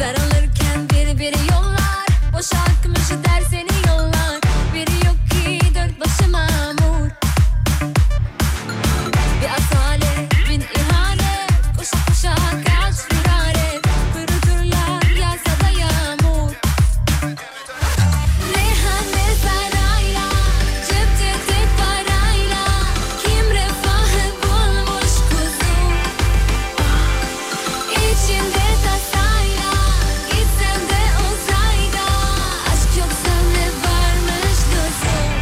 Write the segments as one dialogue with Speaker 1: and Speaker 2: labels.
Speaker 1: Ben alırken biri biri yollar Boş akmışı derseni yollar Biri yok ki dört başı mamur Bir atalet bin ihanet Koşa koşa kaç firare Kuruturlar yağsa da yağmur Reyhan'de sarayla Cepte tek parayla Kim refahı bulmuş kuzum İçinde tasayla Gitsem de uzayda Aşk yoksa ne varmış kızım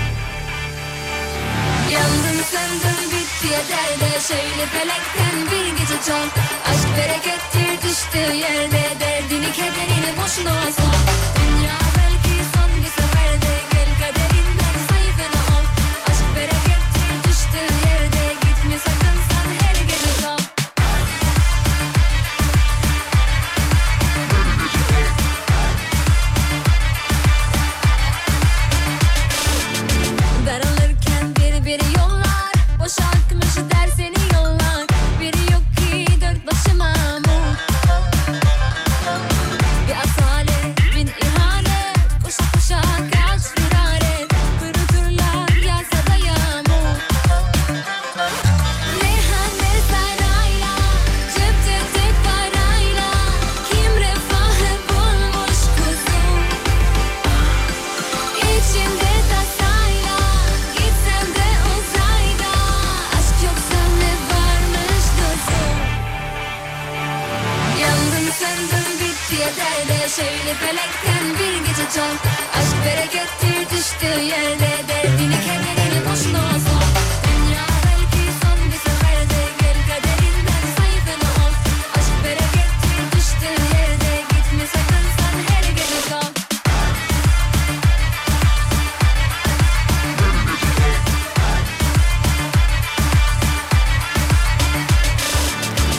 Speaker 1: Yandım söndüm bitti yeter de Şöyle felekten bir gece çok Aşk berekettir düştüğü yerde Derdini kederini boşuna sor Dünya belki son bir seferde Gel kaderinden sayfana ol Aşk berekettir düştüğü yerde Gitme sakın sen her gece kal Ben alırken biri biri yollar Boş akmışı derseni yollar Biri yok ki dört başı mamur Bir asalet bin ihanet Koşa koşa kaç firare Kuruturlar yağsa da yağmur Reyhan'de sarayla Cepte tek parayla Kim refahı bulmuş kuzum İçinde tasayla Gitsem de uzayda Aşk yoksa ne varmış dostum Yandım söndüm bitti yeter de Şöyle felekten bir gece çal Aşk berekettir düştüğü yerde Derdini kederini boşuna sor Dünya belki son bir seferde Gel kaderinden sayfana ol Aşk berekettir düştüğü yerde Gitme sakın sen her gece kal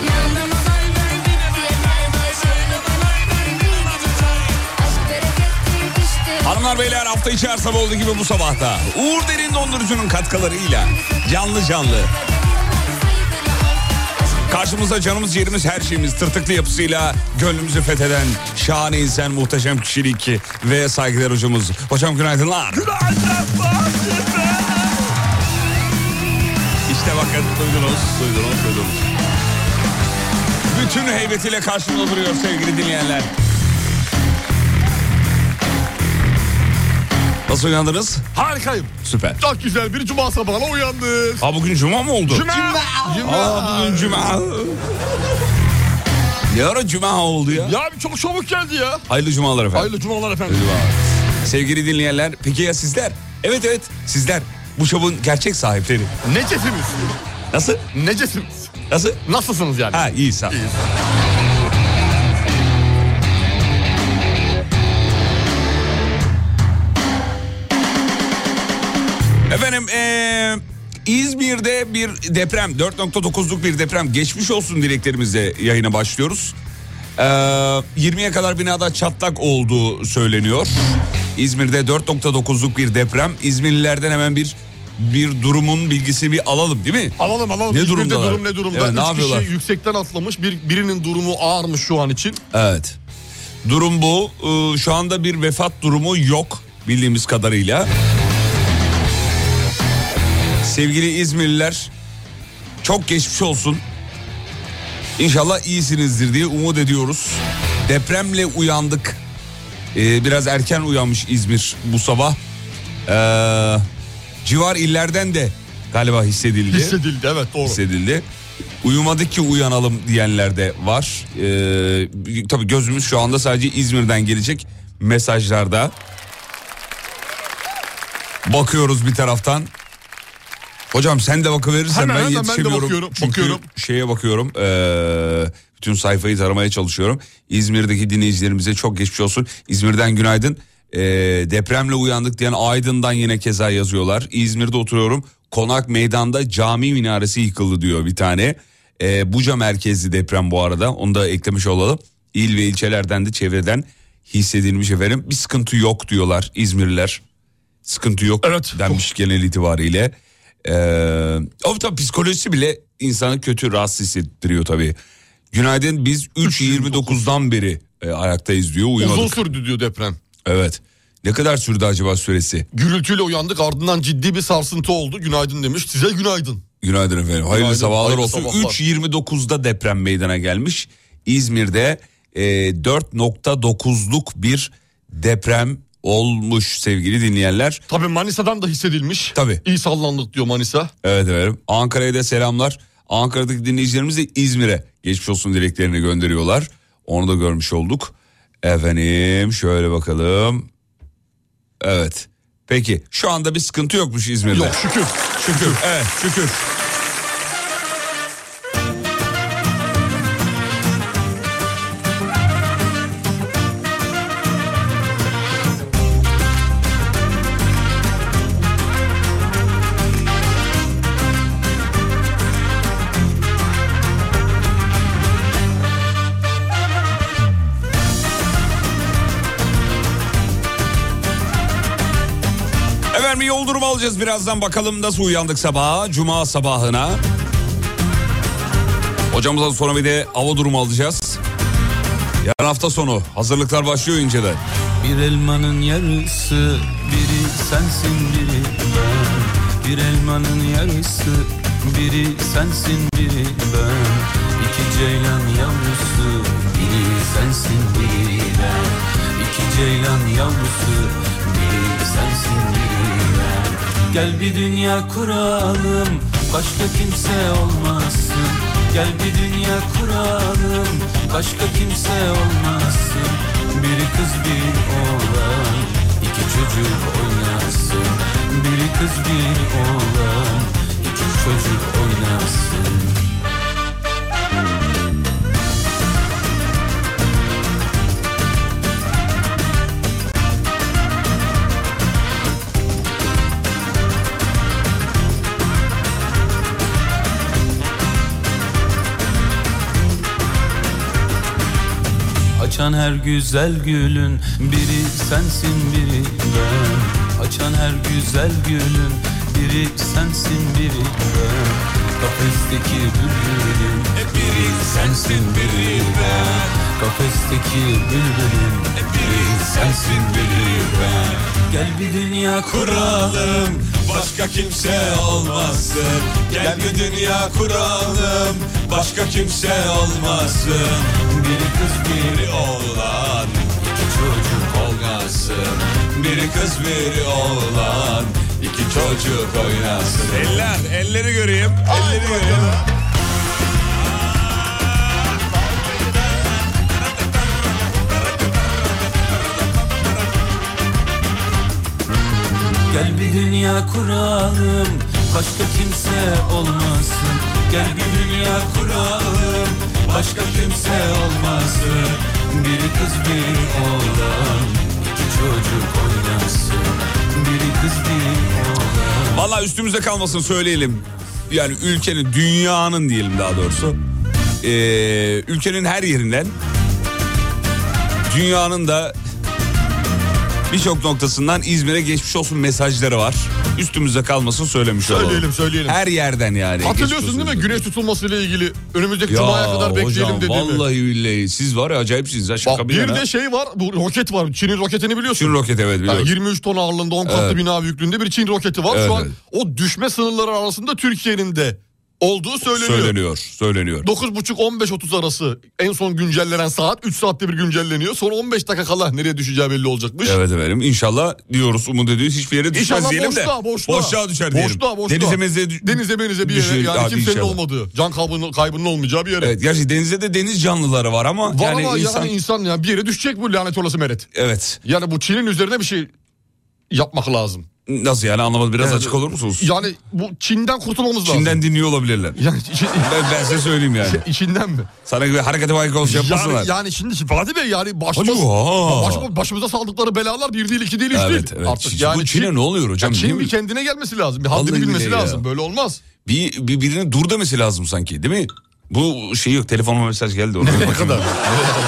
Speaker 1: Yandım söndüm bitti yeter de Şöyle felekten bir gece çal Aşk berekettir düştüğü
Speaker 2: Hanımlar beyler hafta içi her sabah olduğu gibi bu sabahta Uğur Derin Dondurucu'nun katkılarıyla canlı canlı Karşımızda canımız ciğerimiz her şeyimiz tırtıklı yapısıyla gönlümüzü fetheden şahane insan muhteşem kişilik ve saygılar hocamız. Hocam günaydınlar. İşte bakın duydunuz duydunuz duydunuz. Bütün heybetiyle karşımda duruyor sevgili dinleyenler. Nasıl uyandınız?
Speaker 3: Harikayım.
Speaker 2: Süper.
Speaker 3: Çok güzel bir cuma sabahına uyandık.
Speaker 2: Ha bugün cuma mı oldu?
Speaker 3: Cuma. Cuma.
Speaker 2: Aa bugün cuma. ne ara cuma oldu ya?
Speaker 3: Ya abi çok çabuk geldi ya.
Speaker 2: Hayırlı cumalar efendim.
Speaker 3: Hayırlı cumalar efendim.
Speaker 2: Sevgili dinleyenler peki ya sizler? Evet evet sizler bu şovun gerçek sahipleri.
Speaker 3: Necesiniz?
Speaker 2: Nasıl?
Speaker 3: Necesiniz?
Speaker 2: Nasıl?
Speaker 3: Nasılsınız yani?
Speaker 2: Ha iyi sağ ol.
Speaker 3: İyiyiz.
Speaker 2: Efendim eee, İzmir'de bir deprem 4.9'luk bir deprem geçmiş olsun dileklerimizle yayına başlıyoruz. Eee, 20'ye kadar binada çatlak olduğu söyleniyor. İzmir'de 4.9'luk bir deprem. İzmirlilerden hemen bir bir durumun bilgisini bir alalım değil mi?
Speaker 3: Alalım alalım.
Speaker 2: Ne
Speaker 3: İzmir'de
Speaker 2: durumdalar?
Speaker 3: durum ne durumda?
Speaker 2: Evet, ne
Speaker 3: Üç
Speaker 2: yapıyorlar?
Speaker 3: kişi yüksekten atlamış. Bir, birinin durumu ağırmış şu an için.
Speaker 2: Evet. Durum bu. Ee, Şu anda bir vefat durumu yok bildiğimiz kadarıyla. Sevgili İzmirliler çok geçmiş olsun. İnşallah iyisinizdir diye umut ediyoruz. Depremle uyandık. Ee, biraz erken uyanmış İzmir bu sabah. Ee, civar illerden de galiba hissedildi
Speaker 3: Hissedildi evet doğru.
Speaker 2: hissedildi. Uyumadık ki uyanalım diyenler de var. Ee, tabii gözümüz şu anda sadece İzmir'den gelecek mesajlarda. Bakıyoruz bir taraftan. Hocam sen de bakıverirsen
Speaker 3: Hemen,
Speaker 2: ben
Speaker 3: hemen ben de
Speaker 2: yetişemiyorum.
Speaker 3: bakıyorum,
Speaker 2: Çünkü
Speaker 3: bakıyorum.
Speaker 2: şeye bakıyorum. eee, bütün sayfayı taramaya çalışıyorum. İzmir'deki dinleyicilerimize çok geçmiş olsun. İzmir'den günaydın. Eee, depremle uyandık diyen Aydın'dan yine keza yazıyorlar. İzmir'de oturuyorum. Konak meydanda cami minaresi yıkıldı diyor bir tane. Eee, Buca merkezli deprem bu arada. Onu da eklemiş olalım. İl ve ilçelerden de çevreden hissedilmiş efendim. Bir sıkıntı yok diyorlar İzmirliler sıkıntı yok
Speaker 3: Evet.
Speaker 2: denmiş genel itibariyle. Ee, ama tabii psikolojisi bile insanı kötü rahatsız hissettiriyor tabii. Günaydın biz 3.29'dan beri e, ayaktayız diyor uyumadık.
Speaker 3: Uzun sürdü diyor deprem.
Speaker 2: Evet. Ne kadar sürdü acaba süresi?
Speaker 3: Gürültüyle uyandık ardından ciddi bir sarsıntı oldu. Günaydın demiş. Size günaydın.
Speaker 2: Günaydın efendim. Hayırlı
Speaker 3: Günaydın,
Speaker 2: sabahlar
Speaker 3: hayırlı
Speaker 2: olsun.
Speaker 3: sabahlar.
Speaker 2: 3.29'da deprem meydana gelmiş. İzmir'de e, 4.9'luk bir deprem olmuş sevgili dinleyenler.
Speaker 3: Tabii Manisa'dan da hissedilmiş.
Speaker 2: Tabii.
Speaker 3: İyi sallandık diyor Manisa.
Speaker 2: Evet efendim. Ankara'ya da selamlar. Ankara'daki dinleyicilerimiz de İzmir'e geçmiş olsun dileklerini gönderiyorlar. Onu da görmüş olduk. Efendim şöyle bakalım. Evet. Peki şu anda bir sıkıntı yokmuş İzmir'de.
Speaker 3: Yok şükür.
Speaker 2: Şükür. Evet şükür. Efendim bir yol durumu alacağız birazdan bakalım nasıl uyandık sabaha. Cuma sabahına. Hocamızdan sonra bir de hava durumu alacağız. Yarın hafta sonu hazırlıklar başlıyor inceden.
Speaker 4: Bir elmanın yarısı biri sensin biri ben Bir elmanın yarısı biri sensin biri ben İki ceylan yavrusu biri sensin biri ben İki ceylan yavrusu biri sensin biri ben Gel bir dünya kuralım başka kimse olmasın Gel bir dünya kuralım başka kimse olmasın Biri kız bir oğlan iki çocuk oynasın Biri kız bir oğlan iki çocuk oynasın Açan her güzel gülün biri sensin biri ben Açan her güzel gülün biri sensin biri ben Kafesteki bülbülün biri sensin biri ben Kafesteki bülbülün biri sensin biri ben Gel bir dünya kuralım başka kimse olmasın Gel bir dünya kuralım başka kimse olmasın Biri kız biri oğlan iki çocuk olmasın Biri kız biri oğlan iki çocuk oynasın
Speaker 2: Eller, elleri göreyim. Elleri göreyim.
Speaker 4: Gel bir dünya kuralım Başka kimse olmasın Gel bir dünya kuralım Başka kimse olmasın Biri kız bir oğlan iki çocuk oynasın Biri kız bir oğlan
Speaker 2: Valla üstümüze kalmasın söyleyelim. Yani ülkenin, dünyanın diyelim daha doğrusu. Ee, ülkenin her yerinden, dünyanın da birçok noktasından İzmir'e geçmiş olsun mesajları var. Üstümüze kalmasın söylemiş olalım.
Speaker 3: Söyleyelim söyleyelim.
Speaker 2: Her yerden yani.
Speaker 3: Hatırlıyorsun değil mi? Güneş tutulmasıyla ilgili önümüzdeki cumaya kadar bekleyelim
Speaker 2: hocam,
Speaker 3: dediğimi.
Speaker 2: vallahi billahi siz var ya acayipsiniz ha şaka
Speaker 3: Bak,
Speaker 2: bir,
Speaker 3: bir
Speaker 2: yana.
Speaker 3: de şey var. Bu roket var. Çin'in roketini biliyorsun.
Speaker 2: Çin roket evet
Speaker 3: Yani
Speaker 2: biliyorum.
Speaker 3: 23 ton ağırlığında 10 katlı
Speaker 2: Evet.
Speaker 3: bina büyüklüğünde bir Çin roketi var.
Speaker 2: Evet,
Speaker 3: Şu an
Speaker 2: evet.
Speaker 3: o düşme sınırları arasında Türkiye'nin de olduğu söyleniyor.
Speaker 2: söyleniyor, söyleniyor.
Speaker 3: 9.30-15.30 arası en son güncellenen saat 3 saatte bir güncelleniyor. Sonra 15 dakika kala nereye düşeceği belli olacakmış.
Speaker 2: Evet efendim inşallah diyoruz umut ediyoruz hiçbir yere düşmez
Speaker 3: İnşallah
Speaker 2: diyelim de.
Speaker 3: boşluğa, boşluğa.
Speaker 2: düşer diyelim.
Speaker 3: Boşluğa, boşluğa.
Speaker 2: Denize meze dü-
Speaker 3: Denize menize bir yere
Speaker 2: düşer
Speaker 3: yani
Speaker 2: abi
Speaker 3: kimsenin
Speaker 2: inşallah.
Speaker 3: olmadığı, can kaybının, kaybının olmayacağı bir yere.
Speaker 2: Evet gerçi denizde de deniz canlıları var ama
Speaker 3: Var
Speaker 2: yani
Speaker 3: ama
Speaker 2: insan
Speaker 3: yani insan ya bir yere düşecek bu lanet olası meret.
Speaker 2: evet
Speaker 3: Yani bu Çin'in üzerine bir şey yapmak lazım.
Speaker 2: Nasıl yani anlamadım biraz
Speaker 3: Yani-
Speaker 2: açık olur musunuz?
Speaker 3: Yani bu Çin'den kurtulmamız lazım.
Speaker 2: Çin'den dinliyor olabilirler.
Speaker 3: Yani Çin-
Speaker 2: Ben, ben size söyleyeyim yani.
Speaker 3: Çin'den mi?
Speaker 2: Sana gibi harekete baykol yapmasınlar.
Speaker 3: Yani, yani şimdi şimdi Fatih Bey yani başımız,
Speaker 2: Hadi ha.
Speaker 3: başımız- başımıza saldıkları belalar bir değil iki değil üç
Speaker 2: Evet,
Speaker 3: değil.
Speaker 2: evet. Çin- bu Çin'e ne oluyor hocam,
Speaker 3: Ya
Speaker 2: değil
Speaker 3: Çin
Speaker 2: mi?
Speaker 3: bir kendine gelmesi lazım. Bir haddini
Speaker 2: Vallahi
Speaker 3: bilmesi
Speaker 2: billahi ya.
Speaker 3: lazım. Böyle olmaz.
Speaker 2: Bir, bir birinin dur demesi lazım sanki değil mi? Bu şey yok telefonuma mesaj geldi. Ona
Speaker 3: Nereye
Speaker 2: bakayım.
Speaker 3: kadar?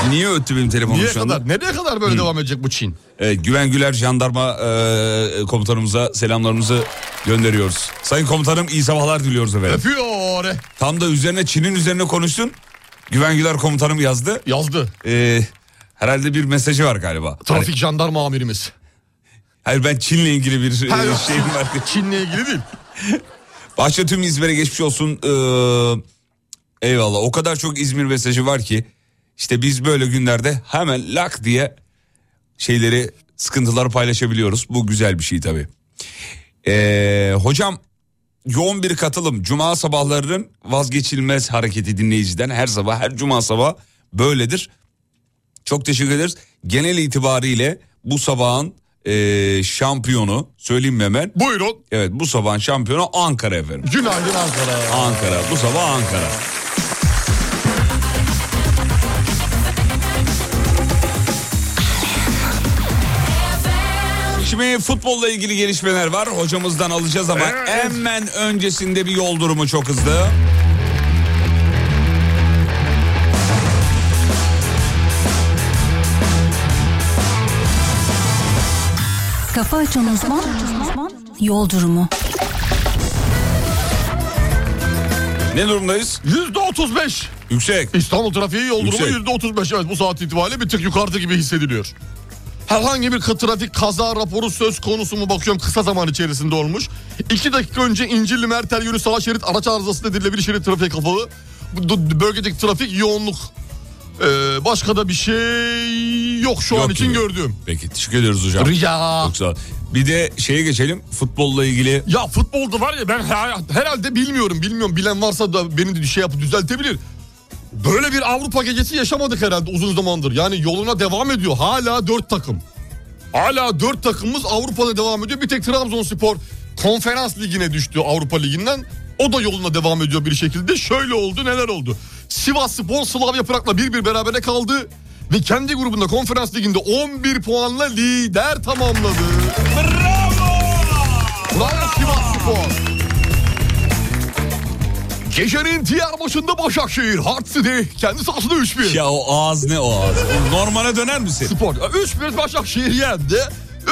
Speaker 2: Niye öttü benim telefonum
Speaker 3: Nereye
Speaker 2: şu anda?
Speaker 3: kadar? Nereye kadar böyle devam edecek bu Çin?
Speaker 2: Evet, E, Güven Güler jandarma e, komutanımıza selamlarımızı gönderiyoruz. Sayın komutanım iyi sabahlar diliyoruz efendim.
Speaker 3: Öpüyor.
Speaker 2: Tam da üzerine Çin'in üzerine konuştun. Güven Güler komutanım yazdı.
Speaker 3: Yazdı.
Speaker 2: E, herhalde bir mesajı var galiba. Hani-
Speaker 3: Trafik jandarma amirimiz.
Speaker 2: Hayır ben Çin'le ilgili bir e,
Speaker 3: Hayır.
Speaker 2: şeyim var.
Speaker 3: Çin'le ilgili değil.
Speaker 2: Bahçe tüm İzmir'e geçmiş olsun. Ee, eyvallah. O kadar çok İzmir mesajı var ki işte biz böyle günlerde hemen lak diye şeyleri sıkıntıları paylaşabiliyoruz. Bu güzel bir şey tabii. Ee, hocam yoğun bir katılım. Cuma sabahlarının vazgeçilmez hareketi dinleyiciden her sabah her cuma sabah böyledir. Çok teşekkür ederiz. Genel itibariyle bu sabahın ee, şampiyonu söyleyeyim mi hemen.
Speaker 3: Buyurun.
Speaker 2: Evet bu sabahın şampiyonu Ankara efendim.
Speaker 3: Günaydın Ankara.
Speaker 2: Ankara. Bu sabah Ankara. Şimdi futbolla ilgili gelişmeler var. Hocamızdan alacağız ama hemen öncesinde bir yol durumu çok hızlı.
Speaker 4: Kafa Açan Uzman Yol Durumu
Speaker 2: Ne durumdayız?
Speaker 3: Yüzde otuz beş.
Speaker 2: Yüksek.
Speaker 3: İstanbul trafiği yol durumu
Speaker 2: Yüksek.
Speaker 3: yüzde otuz beş. Evet bu saat itibariyle bir tık yukarıda gibi hissediliyor. Herhangi bir ka- trafik kaza raporu söz konusu mu bakıyorum kısa zaman içerisinde olmuş. İki dakika önce İncirli Mertel yönü sağ şerit araç arızası nedeniyle bir şerit trafiğe kapalı. Bu- bu- Bölgedeki trafik yoğunluk. Ee, başka da bir şey yok şu an
Speaker 2: Yok
Speaker 3: için
Speaker 2: gibi.
Speaker 3: gördüğüm.
Speaker 2: Peki teşekkür ediyoruz hocam.
Speaker 3: Rica.
Speaker 2: Çok sağ ol. Bir de şeye geçelim. Futbolla ilgili
Speaker 3: Ya futbolda var ya ben her- herhalde bilmiyorum. Bilmiyorum bilen varsa da beni de şey yapıp düzeltebilir. Böyle bir Avrupa gecesi yaşamadık herhalde uzun zamandır. Yani yoluna devam ediyor. Hala dört takım. Hala dört takımımız Avrupa'da devam ediyor. Bir tek Trabzonspor konferans ligine düştü Avrupa Ligi'nden. O da yoluna devam ediyor bir şekilde. Şöyle oldu neler oldu. Sivas Spor Slavya Prag'la bir bir berabere kaldı. Ve kendi grubunda konferans liginde 11 puanla lider tamamladı. Bravo! Bravo Sivas Spor. Gecenin diğer başında Başakşehir. Hard City kendi sahasında 3-1.
Speaker 2: ya o ağız ne o ağız? Normale döner misin?
Speaker 3: Spor. 3-1 Başakşehir yendi.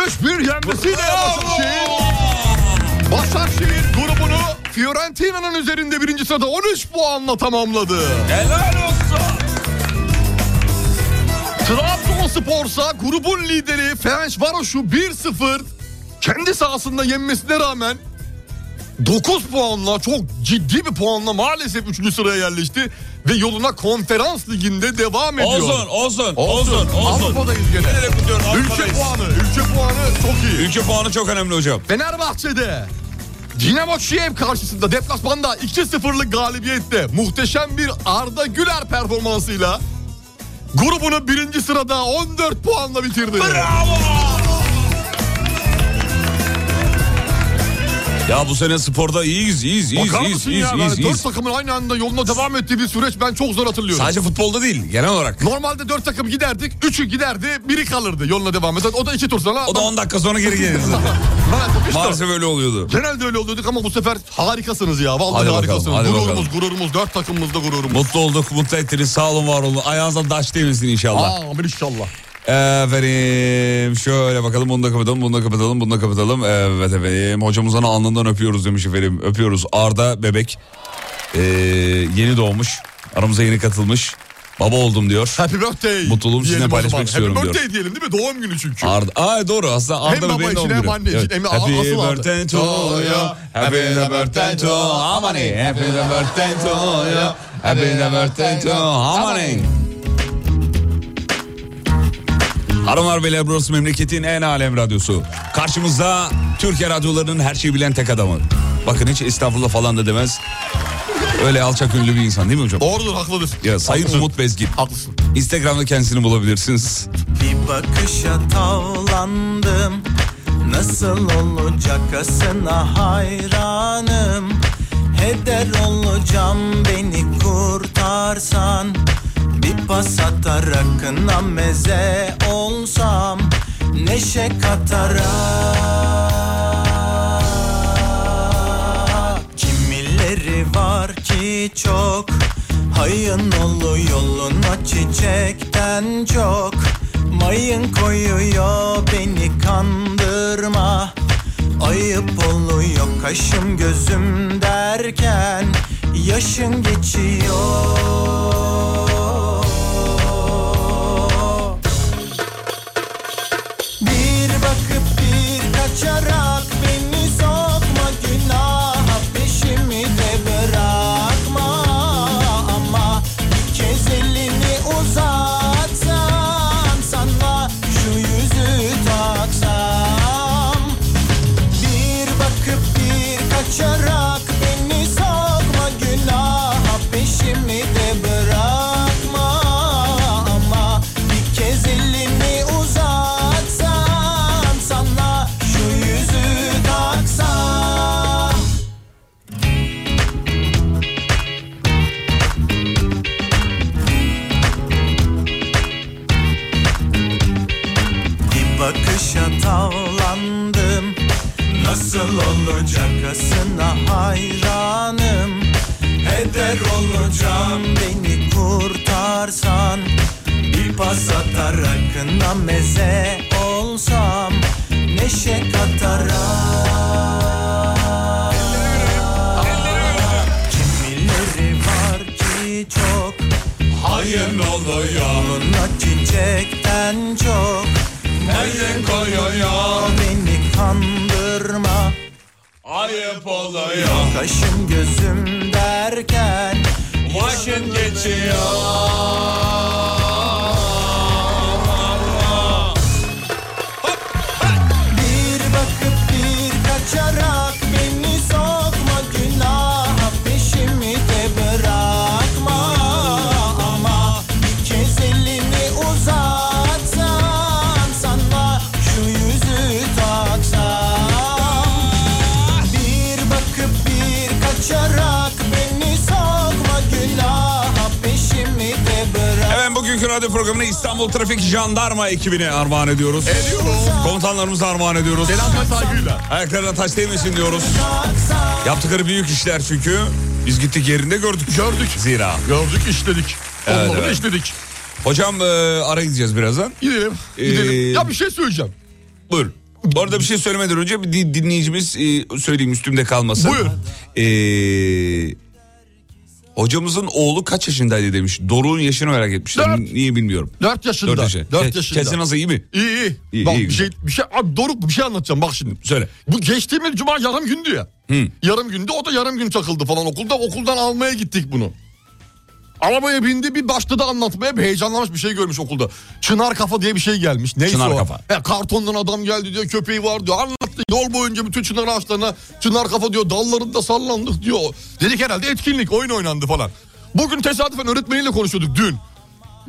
Speaker 3: 3-1 yenmesiyle Başakşehir. Başakşehir grubunu Fiorentina'nın üzerinde birinci sırada 13 puanla tamamladı.
Speaker 2: Helal olsun.
Speaker 3: Trabzonspor'sa grubun lideri Fenerbahçe 1-0 kendi sahasında yenmesine rağmen 9 puanla çok ciddi bir puanla maalesef 3. sıraya yerleşti ve yoluna konferans liginde devam ediyor.
Speaker 2: Olsun, olsun, olsun, olsun.
Speaker 3: Avrupa'dayız gene.
Speaker 2: Nereye gidiyorsun?
Speaker 3: Ülke
Speaker 2: Avrupa'dayız.
Speaker 3: puanı, ülke puanı çok iyi.
Speaker 2: Ülke puanı çok önemli hocam.
Speaker 3: Fenerbahçe'de Dinamo Kiev karşısında deplasmanda 2-0'lık galibiyetle muhteşem bir Arda Güler performansıyla grubunu birinci sırada 14 puanla bitirdi.
Speaker 2: Ya bu sene sporda iyiyiz, iyiyiz, iyiyiz,
Speaker 3: Bakar
Speaker 2: iyiz,
Speaker 3: mısın
Speaker 2: iyiyiz,
Speaker 3: ya?
Speaker 2: iyiyiz,
Speaker 3: Yani
Speaker 2: iyiyiz.
Speaker 3: 4 takımın aynı anda yoluna devam ettiği bir süreç ben çok zor hatırlıyorum.
Speaker 2: Sadece futbolda değil, genel olarak.
Speaker 3: Normalde 4 takım giderdik, 3'ü giderdi, biri kalırdı yoluna devam eden. O da 2 tur sonra.
Speaker 2: O da 10 dakika sonra geri gelir zaten.
Speaker 3: Maalesef işte.
Speaker 2: Maalesef öyle oluyordu.
Speaker 3: Genelde öyle oluyorduk ama bu sefer harikasınız ya. Vallahi
Speaker 2: Hadi bakalım,
Speaker 3: harikasınız.
Speaker 2: hadi
Speaker 3: gururumuz,
Speaker 2: bakalım.
Speaker 3: gururumuz. Dört takımımızda gururumuz.
Speaker 2: Mutlu olduk, mutlu ettiniz. Sağ olun, var olun. Ayağınıza taş değmesin inşallah.
Speaker 3: Amin inşallah.
Speaker 2: Efendim şöyle bakalım bunu da kapatalım, bunu da kapatalım, bunu da kapatalım. Evet efendim hocamızdan alnından öpüyoruz demiş efendim. Öpüyoruz Arda bebek. Ee, yeni doğmuş, aramıza yeni katılmış. Baba oldum diyor.
Speaker 3: Happy birthday.
Speaker 2: Mutluluğumu sizinle
Speaker 3: diyelim o
Speaker 2: paylaşmak
Speaker 3: zaman.
Speaker 2: istiyorum
Speaker 3: Happy
Speaker 2: diyor.
Speaker 3: birthday diyelim değil mi? Doğum günü çünkü.
Speaker 2: Arda, aa doğru aslında Arda
Speaker 3: baba
Speaker 2: bebeğin
Speaker 3: için
Speaker 2: doğum
Speaker 3: hem
Speaker 2: günü.
Speaker 3: anne için hem
Speaker 2: Happy
Speaker 3: asıl Arda.
Speaker 2: birthday to you. Happy birthday to Amani. Happy birthday to you. Happy birthday to Amani. Hanımlar beyler burası memleketin en alem radyosu. Karşımızda Türkiye radyolarının her şeyi bilen tek adamı. Bakın hiç estağfurullah falan da demez. Öyle alçak ünlü bir insan değil mi hocam?
Speaker 3: Doğrudur haklıdır.
Speaker 2: Ya, Sayın
Speaker 3: Haklısın.
Speaker 2: Umut Bezgin.
Speaker 3: Haklısın.
Speaker 2: Instagram'da kendisini bulabilirsiniz.
Speaker 5: Bir bakışa tavlandım
Speaker 6: Nasıl olacak kasına hayranım Heder olacağım beni kurtarsan Bir pas atar akına meze olsam Neşe katarak Kimileri var ki çok Hayın olu yoluna çiçekten çok Mayın koyuyor beni kandırma Ayıp oluyor kaşım gözüm derken Yaşın geçiyor bir bakıp bir kaçarak beni sokma günaha peşimi de bırakma ama bir kez elini uzatsam sana şu yüzü taksam bir bakıp bir kaçarak beni sokma günaha peşimi de bırakma ama bir kez elini uzatsan sana şu yüzü taksam. Bir bakışa tavlandım Nasıl olacak asına hayranım Heder olacağım beni kurtarsan Bir pas atar akına meze olsam Neşe katarak Kimileri var ki çok
Speaker 3: Hayır oluyor.
Speaker 6: Yoluna çiçekten çok
Speaker 3: Hayır koyuyor.
Speaker 6: Beni kandırma
Speaker 3: Ayıp oluyor.
Speaker 6: Kaşım gözüm derken
Speaker 3: Yaşın geçiyor.
Speaker 6: Bir bakıp bir kaçarak beni sokma günaha Peşimi de bırakma ama Bir kez elini uzatsan sana şu yüzü taksam Bir bakıp bir kaçarak beni sokma günaha Peşimi de bırakma
Speaker 2: Hemen bugünkü radyo programını İstanbul Trafik Jandarma ekibine armağan ediyoruz. Ediyoruz. Komutanlarımıza armağan ediyoruz.
Speaker 3: Selamlar saygıyla.
Speaker 2: Ayaklarına taş değmesin diyoruz. Yaptıkları büyük işler çünkü. Biz gittik yerinde gördük.
Speaker 3: Gördük.
Speaker 2: Zira.
Speaker 3: Gördük işledik.
Speaker 2: Evet,
Speaker 3: Onları
Speaker 2: evet.
Speaker 3: işledik.
Speaker 2: Hocam e, ara gideceğiz birazdan.
Speaker 3: Gidelim. Gidelim.
Speaker 2: Ee,
Speaker 3: Ya bir şey söyleyeceğim.
Speaker 2: Buyur. Bu arada bir şey söylemeden önce bir di- dinleyicimiz e, söyleyeyim üstümde kalmasın.
Speaker 3: Buyur.
Speaker 2: E, hocamızın oğlu kaç yaşındaydı demiş. Doruk'un yaşını merak etmişler.
Speaker 3: Dört.
Speaker 2: Niye bilmiyorum.
Speaker 3: 4 yaşında. 4
Speaker 2: Dört
Speaker 3: yaşında.
Speaker 2: yaşında. Ke- Kesin nasıl iyi mi?
Speaker 3: İyi iyi.
Speaker 2: İyi,
Speaker 3: bak
Speaker 2: iyi,
Speaker 3: bir şey, bir şey, abi Doruk bir şey anlatacağım bak şimdi.
Speaker 2: Söyle.
Speaker 3: Bu geçtiğimiz cuma yarım gündü ya. Yarım günde o da yarım gün takıldı falan okulda. Okuldan almaya gittik bunu. Arabaya bindi bir başladı anlatmaya bir heyecanlanmış bir şey görmüş okulda. Çınar kafa diye bir şey gelmiş. Neyse
Speaker 2: Çınar
Speaker 3: o.
Speaker 2: kafa.
Speaker 3: He, kartondan adam geldi diyor köpeği var diyor. Anlattı yol boyunca bütün çınar ağaçlarına çınar kafa diyor dallarında sallandık diyor. Dedik herhalde etkinlik oyun oynandı falan. Bugün tesadüfen öğretmeniyle konuşuyorduk dün.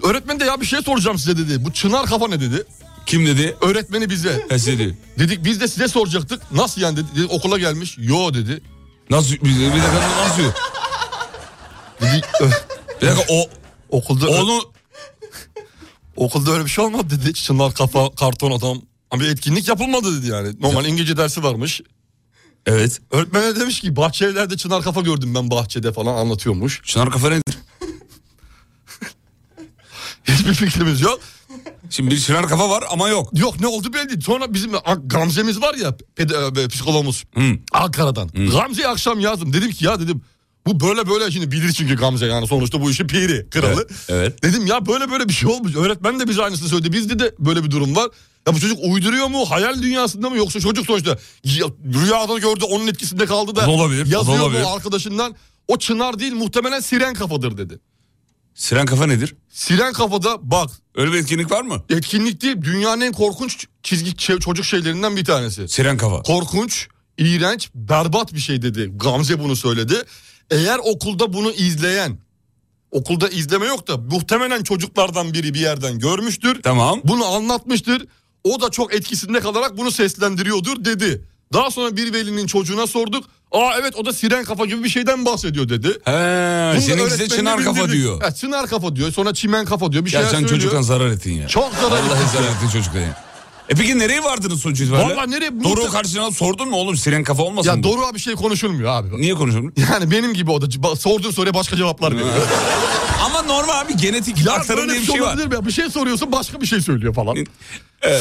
Speaker 3: Öğretmen de ya bir şey soracağım size dedi. Bu çınar kafa ne dedi?
Speaker 2: Kim dedi?
Speaker 3: Öğretmeni bize.
Speaker 2: Pes dedi.
Speaker 3: Dedik biz de size soracaktık. Nasıl yani dedi. Dedi, okula gelmiş. Yo dedi.
Speaker 2: Nasıl? Bir, bir dakika nasıl?
Speaker 3: Dedi, "Ö,
Speaker 2: Bir dakika o...
Speaker 3: okulda
Speaker 2: Oğlum
Speaker 3: okulda öyle bir şey olmadı dedi. Çınar kafa karton adam. Ama bir etkinlik yapılmadı dedi yani. Normal İngilizce dersi varmış.
Speaker 2: Evet.
Speaker 3: Öğretmen de demiş ki bahçelerde çınar kafa gördüm ben bahçede falan anlatıyormuş.
Speaker 2: Çınar kafa nedir?
Speaker 3: Hiçbir fikrimiz yok.
Speaker 2: Şimdi bir çınar kafa var ama yok.
Speaker 3: Yok ne oldu belli değil. Sonra bizim A- Gamze'miz var ya ped- e, psikologumuz
Speaker 2: Hı.
Speaker 3: Ankara'dan. Gamze'ye akşam yazdım. Dedim ki ya dedim bu böyle böyle şimdi bilir çünkü Gamze yani sonuçta bu işin piri kralı.
Speaker 2: Evet, evet.
Speaker 3: Dedim ya böyle böyle bir şey olmuş. Öğretmen de bize aynısını söyledi. Bizde de böyle bir durum var. Ya bu çocuk uyduruyor mu? Hayal dünyasında mı? Yoksa çocuk sonuçta ya- rüyada gördü onun etkisinde kaldı da
Speaker 2: O da olabilir, o da
Speaker 3: yazıyor
Speaker 2: olabilir.
Speaker 3: mu arkadaşından? O çınar değil muhtemelen siren kafadır dedi.
Speaker 2: Siren kafa nedir?
Speaker 3: Siren kafada bak
Speaker 2: Öyle bir etkinlik var mı?
Speaker 3: etkinlik değil dünyanın en korkunç çizgi ç- çocuk şeylerinden bir tanesi.
Speaker 2: Siren kafa.
Speaker 3: korkunç, iğrenç, berbat bir şey dedi. Gamze bunu söyledi. Eğer okulda bunu izleyen, okulda izleme yok da muhtemelen çocuklardan biri bir yerden görmüştür.
Speaker 2: Tamam.
Speaker 3: Bunu anlatmıştır. O da çok etkisinde kalarak bunu seslendiriyordur dedi. Daha sonra bir velinin çocuğuna sorduk. Aa evet o da siren kafa gibi bir şeyden bahsediyor dedi.
Speaker 2: He,
Speaker 3: Bunu
Speaker 2: seninkisi de
Speaker 3: öğretmenine
Speaker 2: çınar kafa
Speaker 3: bildirdik.
Speaker 2: diyor.
Speaker 3: Ha, çınar kafa diyor. Sonra çimen kafa diyor. Bir
Speaker 2: Ya
Speaker 3: şeyler
Speaker 2: sen
Speaker 3: söylüyor.
Speaker 2: çocuktan zarar ettin ya.
Speaker 3: Çok zarar
Speaker 2: Vallahi
Speaker 3: ettin.
Speaker 2: zarar ettin çocuktan ya. E peki nereye vardınız sonuç itibariyle?
Speaker 3: Vallahi nereye-
Speaker 2: Doruk'u karşına alıp sordun mu oğlum siren kafa olmasın
Speaker 3: Ya
Speaker 2: bu?
Speaker 3: doğru bir şey konuşulmuyor abi.
Speaker 2: Niye konuşuyorsun?
Speaker 3: Yani benim gibi o da ba- sorduğun soruya başka cevaplar veriyor.
Speaker 2: Ama normal abi genetik
Speaker 3: Ya
Speaker 2: aktarım
Speaker 3: böyle
Speaker 2: diye bir
Speaker 3: bir şey
Speaker 2: şey var.
Speaker 3: olabilir mi? ya? Bir şey soruyorsun başka bir şey söylüyor falan.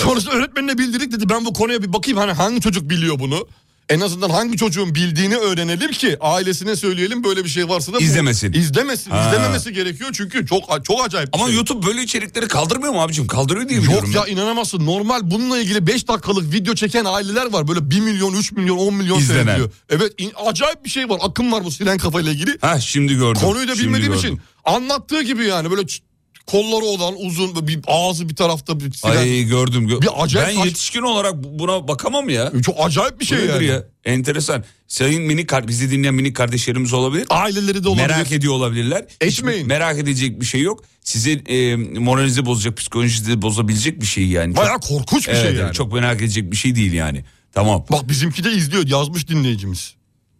Speaker 3: Sonuçta öğretmenine bildirdik dedi ben bu konuya bir bakayım hani hangi çocuk biliyor bunu? En azından hangi çocuğun bildiğini öğrenelim ki ailesine söyleyelim böyle bir şey varsa da bu-
Speaker 2: İzlemesin.
Speaker 3: İzlemesin.
Speaker 2: Ha.
Speaker 3: İzlememesi gerekiyor çünkü çok çok acayip. bir
Speaker 2: Ama
Speaker 3: şey.
Speaker 2: YouTube böyle içerikleri kaldırmıyor mu abicim? Kaldırıyor diye biliyorum.
Speaker 3: Yok
Speaker 2: ben.
Speaker 3: ya inanamazsın normal bununla ilgili 5 dakikalık video çeken aileler var. Böyle 1 milyon, 3 milyon, 10 milyon
Speaker 2: İzlenen.
Speaker 3: seyrediyor. Evet in- acayip bir şey var. Akım var bu silen kafayla ilgili.
Speaker 2: Ha şimdi gördüm.
Speaker 3: Konuyu da
Speaker 2: Şimdi
Speaker 3: bilmediğim
Speaker 2: gördüm.
Speaker 3: için anlattığı gibi yani böyle ç- kolları olan uzun bir ağzı bir tarafta bir silen.
Speaker 2: Ay gördüm. gö-
Speaker 3: Bir acayip
Speaker 2: ben
Speaker 3: saç-
Speaker 2: yetişkin olarak bu- buna bakamam ya.
Speaker 3: Çok acayip bir
Speaker 2: Bu
Speaker 3: şey
Speaker 2: nedir
Speaker 3: yani.
Speaker 2: ya? Enteresan. Sayın minik kar- bizi dinleyen minik kardeşlerimiz olabilir.
Speaker 3: Aileleri de olabilir.
Speaker 2: Merak ediyor olabilirler. Hiç
Speaker 3: Etmeyin.
Speaker 2: merak edecek bir şey yok. Sizi e, moralinizi bozacak, psikolojinizi bozabilecek bir şey yani. Çok-
Speaker 3: Bayağı korkunç bir
Speaker 2: Evet,
Speaker 3: şey
Speaker 2: evet,
Speaker 3: yani.
Speaker 2: Çok merak edecek bir şey değil yani. Tamam.
Speaker 3: Bak bizimki de izliyor yazmış dinleyicimiz.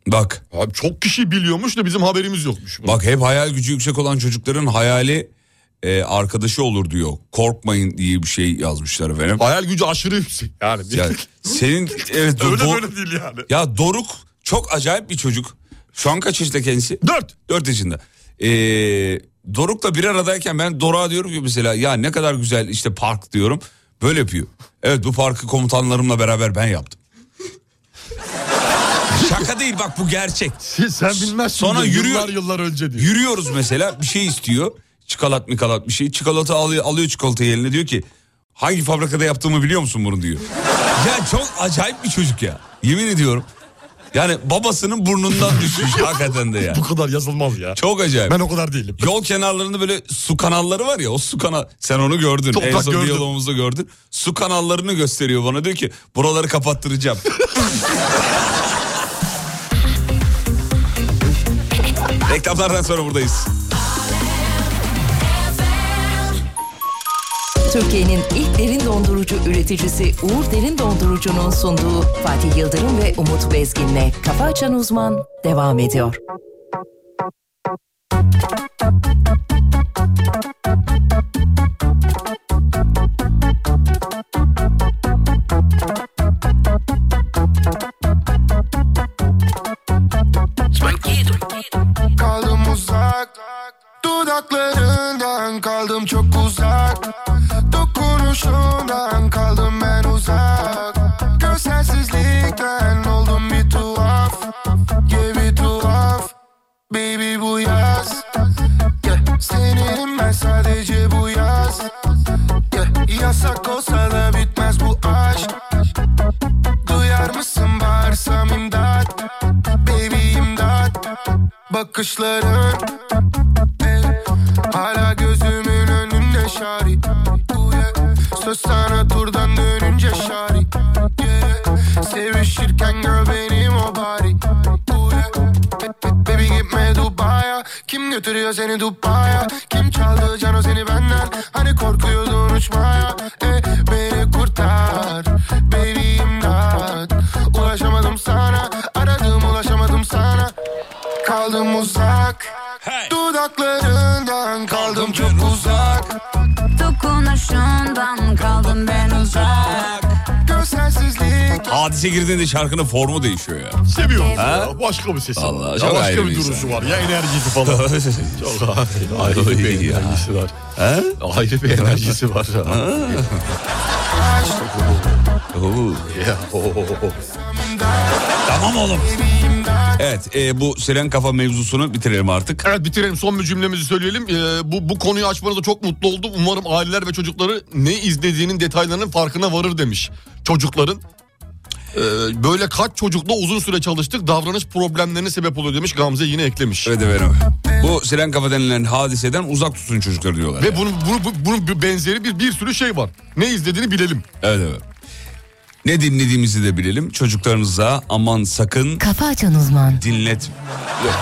Speaker 2: Bak.
Speaker 3: Abi çok kişi biliyormuş da bizim haberimiz yokmuş.
Speaker 2: Bak hep hayal gücü yüksek olan çocukların hayali e, arkadaşı olur diyor. Korkmayın diye bir şey yazmışlar efendim.
Speaker 3: Hayal gücü aşırı yüksek yani.
Speaker 2: Yani senin evet, do-
Speaker 3: Öyle
Speaker 2: do-
Speaker 3: böyle değil yani.
Speaker 2: Ya Doruk çok acayip bir çocuk. Şu an kaç yaşında kendisi?
Speaker 3: Dört.
Speaker 2: 4 yaşında. Ee, Doruk'la bir aradayken ben Doruk'a diyorum ki mesela ya ne kadar güzel işte park diyorum. Böyle yapıyor. Evet bu parkı komutanlarımla beraber ben yaptım. Şaka değil bak bu gerçek.
Speaker 3: Sen bilmezsin.
Speaker 2: Sonra
Speaker 3: diyor,
Speaker 2: yürüyor.
Speaker 3: Yıllar yıllar önce diyor.
Speaker 2: Yürüyoruz mesela bir şey istiyor. Çikolat mı kalat bir şey. Çikolata alıyor, alıyor çikolatayı eline diyor ki hangi fabrikada yaptığımı biliyor musun bunu diyor. Ya çok acayip bir çocuk ya. Yemin ediyorum. Yani babasının burnundan düşmüş hakikaten de ya.
Speaker 3: Bu kadar yazılmaz ya.
Speaker 2: Çok acayip.
Speaker 3: Ben o kadar değilim.
Speaker 2: Yol kenarlarında böyle su kanalları var ya o su kanal sen onu gördün
Speaker 3: Toprak
Speaker 2: en son
Speaker 3: gördüm.
Speaker 2: diyalogumuzda gördün. Su kanallarını gösteriyor bana diyor ki buraları kapattıracağım. Reklamlardan sonra buradayız.
Speaker 7: Türkiye'nin ilk derin dondurucu üreticisi Uğur Derin Dondurucu'nun sunduğu Fatih Yıldırım ve Umut Bezgin'le Kafa Açan Uzman devam ediyor.
Speaker 8: Kaldım uzak Dudaklarından kaldım çok uzak Dokunuşundan kaldım ben uzak Gözsensizlikten oldum bir tuhaf Yeah bir tuhaf Baby bu yaz yeah. Seninim ben sadece bu yaz yeah. Yasak olsa da bitmez bu aşk Duyar mısın bağırsam imdat Baby imdat Bakışların eh, Hala gözümün önünde şari Bu, yeah. Söz sana turdan dönünce şari yeah. Sevişirken gör benim o bari Bu, yeah. Baby gitme Dubai'ya Kim götürüyor seni Dubai'ya Kim çaldı cano seni benden Hani korkuyordun uçmaya e, Beni kurtar Baby imdat Ulaşamadım sana Aradım ulaşamadım sana Kaldım uzak
Speaker 2: Hey.
Speaker 8: Dudaklarından kaldım çok uzak
Speaker 4: Dokunuşundan kaldım ben uzak.
Speaker 8: Gözsensizlik
Speaker 2: Hadise girdiğinde şarkının formu değişiyor ya.
Speaker 3: Seviyorum ya. Başka bir sesi
Speaker 2: Vallahi
Speaker 3: var.
Speaker 2: çok
Speaker 3: Ya başka
Speaker 2: ayrı
Speaker 3: bir
Speaker 2: bir
Speaker 3: duruşu
Speaker 2: insan.
Speaker 3: var. Ya enerjisi falan. çok ayrı, ayrı bir
Speaker 2: Öyle ya.
Speaker 3: enerjisi var. Ayrı bir enerjisi var.
Speaker 2: Oo.
Speaker 3: Ya, oo.
Speaker 2: Tamam oğlum. Evet e, bu siren kafa mevzusunu bitirelim artık.
Speaker 3: Evet bitirelim son bir cümlemizi söyleyelim. Ee, bu, bu konuyu açmanıza çok mutlu oldum. Umarım aileler ve çocukları ne izlediğinin detaylarının farkına varır demiş çocukların. Ee, böyle kaç çocukla uzun süre çalıştık davranış problemlerine sebep oluyor demiş Gamze yine eklemiş.
Speaker 2: Evet efendim. Bu siren kafa denilen hadiseden uzak tutun çocukları diyorlar.
Speaker 3: Ve bunun, bunu- bu- bunun bir benzeri bir, bir sürü şey var. Ne izlediğini bilelim.
Speaker 2: Evet evet. Ne dinlediğimizi de bilelim. Çocuklarınıza aman sakın
Speaker 7: Kafa açan uzman.
Speaker 2: dinlet. Yok,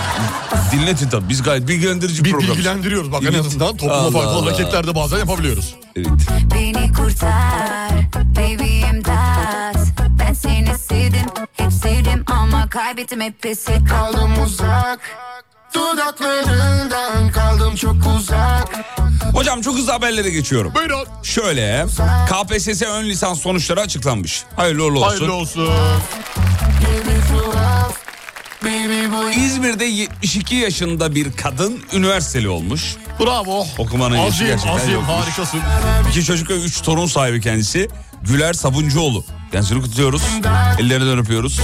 Speaker 2: dinletin tabii. Biz gayet bilgilendirici
Speaker 3: Bir
Speaker 2: programız.
Speaker 3: bilgilendiriyoruz bak en
Speaker 2: Bilgi-
Speaker 3: azından topluma
Speaker 2: Allah
Speaker 3: farklı
Speaker 2: Allah.
Speaker 3: hareketlerde bazen yapabiliyoruz.
Speaker 2: Evet.
Speaker 4: Beni kurtar Baby imdat Ben seni sevdim Hep sevdim ama kaybettim hep pes ettim.
Speaker 8: Kaldım uzak Dudaklarından kaldım çok uzak
Speaker 2: Hocam çok hızlı haberlere geçiyorum.
Speaker 3: Buyurun.
Speaker 2: Şöyle KPSS ön lisans sonuçları açıklanmış. Hayırlı uğurlu olsun.
Speaker 3: Hayırlı olsun.
Speaker 8: Baby tuhaf Baby bu
Speaker 2: İzmir'de 72 yaşında bir kadın üniversiteli olmuş.
Speaker 3: Bravo.
Speaker 2: Okumanın yaşı
Speaker 3: Azim,
Speaker 2: gerçekten
Speaker 3: azim
Speaker 2: yokmuş.
Speaker 3: harikasın.
Speaker 2: İki çocuk ve üç torun sahibi kendisi. Güler Sabuncuoğlu. Kendisini kutluyoruz. Ellerinden öpüyoruz.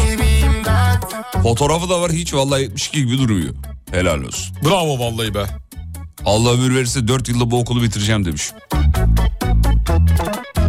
Speaker 2: Fotoğrafı da var hiç vallahi 72 gibi durmuyor. Helal olsun.
Speaker 3: Bravo vallahi be.
Speaker 2: Allah ömür verirse 4 yılda bu okulu bitireceğim demiş.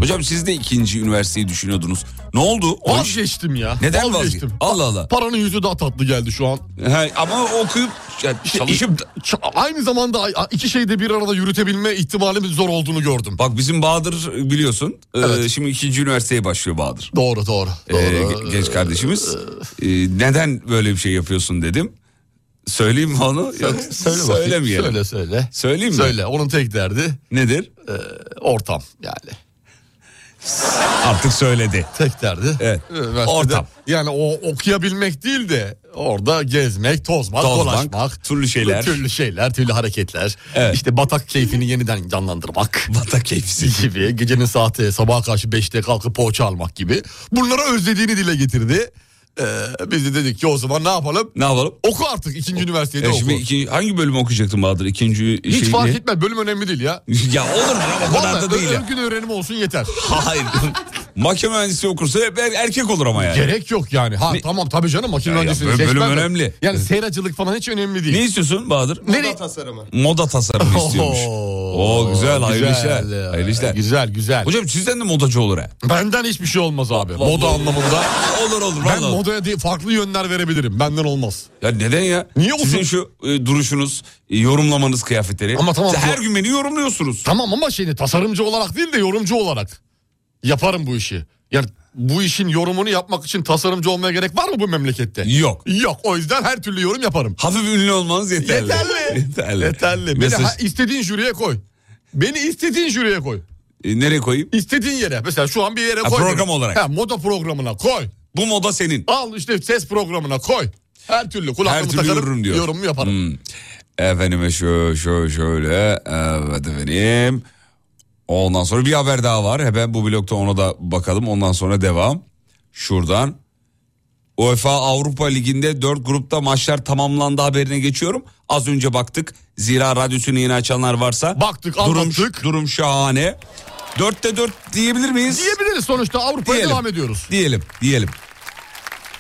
Speaker 2: Hocam siz de ikinci üniversiteyi düşünüyordunuz. Ne oldu? O iş-
Speaker 3: Vazgeçtim ya.
Speaker 2: Neden vazgeçtim? Allah Allah.
Speaker 3: Paranın yüzü daha tatlı geldi şu an.
Speaker 2: He, ama okuyup ya, çalışıp...
Speaker 3: Ç- Aynı zamanda a- iki şeyi de bir arada yürütebilme ihtimalimin zor olduğunu gördüm.
Speaker 2: Bak bizim Bahadır biliyorsun. e,
Speaker 3: Evet.
Speaker 2: şimdi ikinci üniversiteye başlıyor Bahadır.
Speaker 3: Doğru doğru.
Speaker 2: E,
Speaker 3: doğru.
Speaker 2: ge- genç kardeşimiz. E, neden böyle bir şey yapıyorsun dedim. Söyleyeyim mi onu? Yok,
Speaker 3: söyle bakayım.
Speaker 2: söylemeyelim.
Speaker 3: Söyle söyle.
Speaker 2: Söyleyeyim mi?
Speaker 3: Söyle. Onun tek derdi
Speaker 2: Nedir?
Speaker 3: ortam yani.
Speaker 2: Artık söyledi.
Speaker 3: Tek derdi.
Speaker 2: Evet.
Speaker 3: e, üniversitede-
Speaker 2: Ortam.
Speaker 3: Yani o okuyabilmek değil de orada gezmek, tozmak,
Speaker 2: Tozmak,
Speaker 3: dolaşmak.
Speaker 2: türlü şeyler.
Speaker 3: Türlü şeyler, türlü hareketler.
Speaker 2: Evet.
Speaker 3: İşte batak keyfini yeniden canlandırmak.
Speaker 2: Vata keyfisi.
Speaker 3: gibi gecenin saati sabaha karşı 5'te kalkıp poğaça almak gibi bunları özlediğini dile getirdi. Ee, biz de dedik ki o zaman ne yapalım?
Speaker 2: Ne yapalım?
Speaker 3: Oku artık ikinci üniversitede
Speaker 2: Ya
Speaker 3: oku.
Speaker 2: E, şimdi iki- hangi bölümü okuyacaktın Bahadır? İkinci
Speaker 3: Hiç
Speaker 2: şey
Speaker 3: fark
Speaker 2: ne?
Speaker 3: etmez bölüm önemli değil ya.
Speaker 2: Ya olur mu? O kadar
Speaker 3: Vallahi
Speaker 2: da değil
Speaker 3: ö-
Speaker 2: ya.
Speaker 3: övgün öğrenim olsun yeter.
Speaker 2: Hayır. Makine mühendisi okursa hep er- erkek olur ama yani.
Speaker 3: Gerek yok yani. Ha
Speaker 2: Ne-
Speaker 3: tamam tabii canım makine
Speaker 2: Ya, ya,
Speaker 3: mühendisliğini
Speaker 2: bö- bölüm
Speaker 3: seçmem ben.
Speaker 2: önemli.
Speaker 3: Yani seyracılık falan hiç önemli değil.
Speaker 2: Ne istiyorsun Bahadır?
Speaker 3: Nereye?
Speaker 8: tasarımı
Speaker 2: Moda tasarımı istiyormuş. Oo, güzel, hayırlı işler. Hayırlı işler.
Speaker 3: Güzel güzel.
Speaker 2: Hocam sizden de modacı olur ha.
Speaker 3: Benden hiçbir şey olmaz abi. Moda anlamında.
Speaker 2: Olur olur.
Speaker 3: Ben
Speaker 2: Ben
Speaker 3: modaya değil, farklı yönler verebilirim. Benden olmaz.
Speaker 2: Ya neden ya?
Speaker 3: Niye olsun?
Speaker 2: Sizin şu e, duruşunuz, e, yorumlamanız kıyafetleri.
Speaker 3: Ama tamam,
Speaker 2: E, Siz
Speaker 3: bu-
Speaker 2: her gün beni yorumluyorsunuz.
Speaker 3: Tamam ama şeyini tasarımcı olarak değil de yorumcu olarak yaparım bu işi. Yani bu işin yorumunu yapmak için tasarımcı olmaya gerek var mı bu memlekette?
Speaker 2: Yok.
Speaker 3: Yok o yüzden her türlü yorum yaparım.
Speaker 2: Hafif ünlü olmanız yeterli.
Speaker 3: Yeterli.
Speaker 2: yeterli.
Speaker 3: Yeterli. Beni
Speaker 2: Mesaj,
Speaker 3: ha- istediğin jüriye koy. Beni istediğin jüriye koy.
Speaker 2: E, nereye koyayım?
Speaker 3: İstediğin yere. Mesela şu an bir yere
Speaker 2: Ha,
Speaker 3: koy.
Speaker 2: program
Speaker 3: beni.
Speaker 2: olarak.
Speaker 3: Ha, moda programına koy.
Speaker 2: Bu moda senin.
Speaker 3: Al işte ses programına koy. Her türlü
Speaker 2: Her
Speaker 3: kulaklığımı
Speaker 2: türlü
Speaker 3: takarım.
Speaker 2: yorurum diyor. Hmm.
Speaker 3: Yorumumu yaparım.
Speaker 2: Efendime şu, şu, şöyle. Evet efendim. Ondan sonra bir haber daha var. Hemen bu blokta ona da bakalım. Ondan sonra devam. Şuradan. UEFA Avrupa Ligi'nde 4 grupta maçlar tamamlandı haberine geçiyorum. Az önce baktık. Zira radyosunu yeni açanlar varsa.
Speaker 3: Baktık,
Speaker 2: durum,
Speaker 3: anlattık.
Speaker 2: Durum şahane. 4'te 4 diyebilir miyiz?
Speaker 3: Diyebiliriz sonuçta Avrupa'ya
Speaker 2: Diyelim.
Speaker 3: devam ediyoruz.
Speaker 2: Diyelim, diyelim.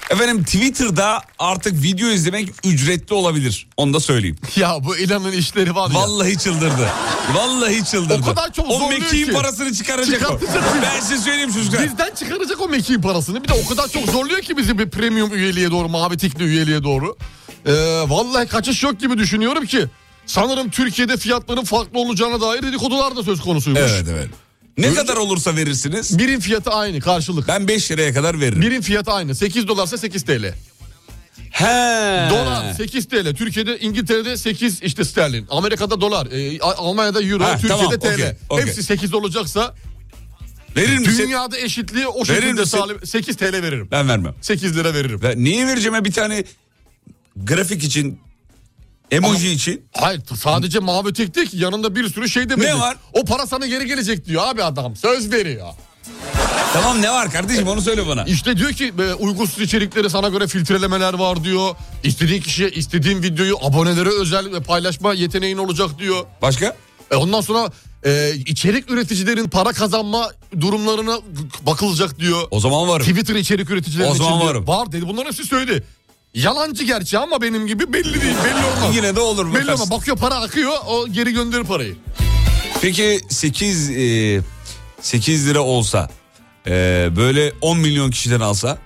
Speaker 2: Efendim Twitter'da artık video izlemek ücretli olabilir. Onu da söyleyeyim.
Speaker 3: Ya bu İlan'ın işleri var ya.
Speaker 2: Vallahi çıldırdı. Vallahi çıldırdı.
Speaker 3: O kadar çok
Speaker 2: O
Speaker 3: zorluyor
Speaker 2: mekiğin
Speaker 3: ki.
Speaker 2: parasını çıkaracak o.
Speaker 3: Çıkartacak.
Speaker 2: Ben size söyleyeyim çocuklar.
Speaker 3: Bizden çıkaracak o mekiğin parasını. Bir de o kadar çok zorluyor ki bizi bir premium üyeliğe doğru, mavi tikli üyeliğe doğru. Ee, vallahi kaçış yok gibi düşünüyorum ki. Sanırım Türkiye'de fiyatların farklı olacağına dair dedikodular da söz konusuymuş.
Speaker 2: Evet evet. Ne kadar olursa verirsiniz.
Speaker 3: Birin fiyatı aynı karşılık.
Speaker 2: Ben 5 liraya kadar veririm.
Speaker 3: Birin fiyatı aynı. 8 dolarsa 8 TL.
Speaker 2: He.
Speaker 3: Dolar 8 TL. Türkiye'de İngiltere'de 8 işte sterlin. Amerika'da dolar. e, A- Almanya'da euro.
Speaker 2: Ha,
Speaker 3: Türkiye'de
Speaker 2: tamam,
Speaker 3: TL.
Speaker 2: okey, okey.
Speaker 3: Hepsi 8 olacaksa
Speaker 2: Verir misin?
Speaker 3: dünyada eşitliği o şekilde
Speaker 2: misin?
Speaker 3: sağlayabilir. 8 TL veririm.
Speaker 2: Ben vermem.
Speaker 3: 8 lira veririm.
Speaker 2: Ben niye vereceğim ya bir tane grafik için, emoji için.
Speaker 3: Hayır sadece mavi tek değil ki yanında bir sürü şey demedik.
Speaker 2: Ne var?
Speaker 3: O para sana geri gelecek diyor abi adam söz veriyor.
Speaker 2: Tamam ne var kardeşim onu söyle bana.
Speaker 3: İşte diyor ki e, uygunsuz içerikleri sana göre filtrelemeler var diyor. İstediğin kişiye istediğin videoyu abonelere özel ve paylaşma yeteneğin olacak diyor.
Speaker 2: Başka?
Speaker 3: E, ondan sonra e, içerik üreticilerin para kazanma durumlarına bakılacak diyor.
Speaker 2: O zaman varım.
Speaker 3: Twitter içerik üreticilerinin
Speaker 2: O zaman
Speaker 3: için diyor.
Speaker 2: varım.
Speaker 3: var dedi bunların hepsi söyledi. Yalancı gerçi ama benim gibi belli değil belli olmaz.
Speaker 2: Yine de olur
Speaker 3: Belli
Speaker 2: bakarsın.
Speaker 3: ama bakıyor para akıyor o geri gönderir parayı.
Speaker 2: Peki 8 e, 8 lira olsa e, böyle 10 milyon kişiden alsa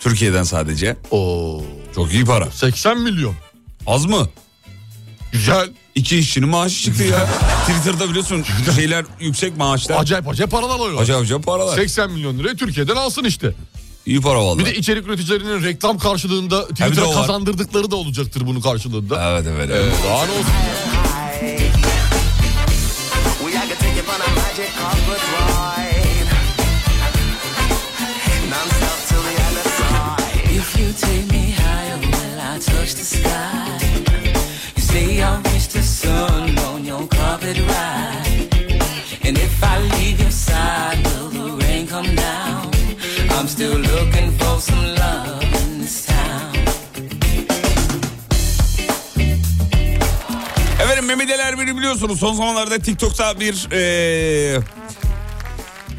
Speaker 2: Türkiye'den sadece
Speaker 3: Oo.
Speaker 2: çok iyi para.
Speaker 3: 80 milyon.
Speaker 2: Az mı?
Speaker 3: Güzel.
Speaker 2: İki işçinin maaşı çıktı ya. Twitter'da biliyorsun şeyler yüksek maaşlar.
Speaker 3: Acayip acayip paralar alıyorlar.
Speaker 2: Acayip acayip paralar.
Speaker 3: 80 milyon lirayı Türkiye'den alsın işte.
Speaker 2: İyi para vallahi.
Speaker 3: Bir de içerik üreticilerinin reklam karşılığında Twitter'a
Speaker 2: o var.
Speaker 3: kazandırdıkları da olacaktır bunun karşılığında.
Speaker 2: Evet evet. evet.
Speaker 3: Daha ne olsun?
Speaker 9: We I could take it on a magic carpet ride. Non-stop till the other side.
Speaker 10: If you take me higher, will I touch the sky? You say I'll reach the sun on your carpet ride. And if I leave your side, will the rain come down? I'm still looking for some love in this town.
Speaker 2: Efendim Mehmet Ali Erbil'i biliyorsunuz son zamanlarda TikTok'ta bir eee,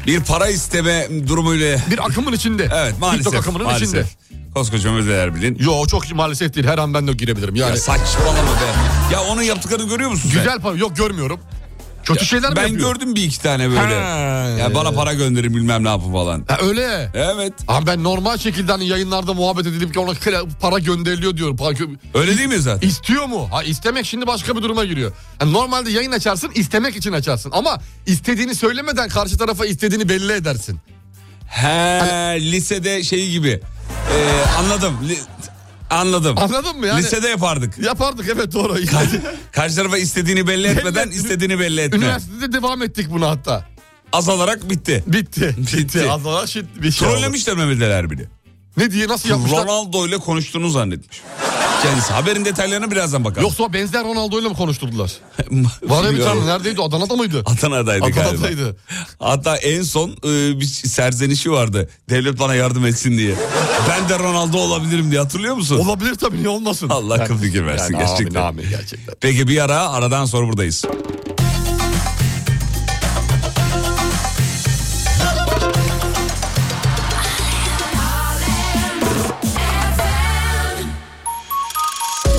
Speaker 2: bir para isteme durumuyla
Speaker 3: Bir akımın içinde.
Speaker 2: evet maalesef.
Speaker 3: TikTok akımının
Speaker 2: maalesef.
Speaker 3: içinde.
Speaker 2: Koskoca Mehmet Ali Erbil'in
Speaker 3: Yo çok maalesef değil. Her an ben de girebilirim. Yani
Speaker 2: ya saçmalama be. Ya onun yaptıklarını görüyor musun sen?
Speaker 3: güzel para. Yok görmüyorum. Kötü şeyler mi
Speaker 2: Ben
Speaker 3: yapıyor?
Speaker 2: gördüm bir iki tane böyle.
Speaker 3: Ha.
Speaker 2: Ya bana para gönderin bilmem ne yapın falan.
Speaker 3: Ha, öyle.
Speaker 2: Evet.
Speaker 3: Ama ben normal şekilde hani yayınlarda muhabbet edilip ki ona kla- para gönderiliyor diyorum. Para gö-
Speaker 2: Öyle değil mi zaten?
Speaker 3: İstiyor mu? Ha istemek şimdi başka bir duruma giriyor. Yani normalde yayın açarsın istemek için açarsın. Ama istediğini söylemeden karşı tarafa istediğini belli edersin.
Speaker 2: He lisede şey gibi. Ee, anladım. Li- anladım.
Speaker 3: Anladın mı yani?
Speaker 2: Lisede yapardık.
Speaker 3: Yapardık evet doğru.
Speaker 2: Karşı tarafa istediğini belli etmeden
Speaker 3: Belli-
Speaker 2: istediğini belli etme.
Speaker 3: Üniversitede devam ettik buna hatta.
Speaker 2: Azalarak bitti.
Speaker 3: Bitti.
Speaker 2: Bitti.
Speaker 3: Az daha şi- bir şey oldu.
Speaker 2: Trollemişler Mehmet Ali Erbil'i.
Speaker 3: Ne diye nasıl yapmışlar?
Speaker 2: Ronaldo ile konuştuğunu zannetmiş. Kendisi haberin detaylarına birazdan bakalım.
Speaker 3: Yoksa benzer Ronaldo ile mi konuşturdular? Var ya bir
Speaker 2: Bilmiyorum.
Speaker 3: tane neredeydi? Adana'da mıydı?
Speaker 2: Adana'daydı, galiba.
Speaker 3: Adana'daydı.
Speaker 2: Hatta en son e, bir serzenişi vardı. Devlet bana yardım etsin diye. Ben de Ronaldo olabilirim diye hatırlıyor musun?
Speaker 3: Olabilir tabii niye olmasın?
Speaker 2: Allah kıl fikir versin
Speaker 3: yani amin,
Speaker 2: gerçekten.
Speaker 3: amin, gerçekten.
Speaker 2: Peki bir ara aradan sonra buradayız.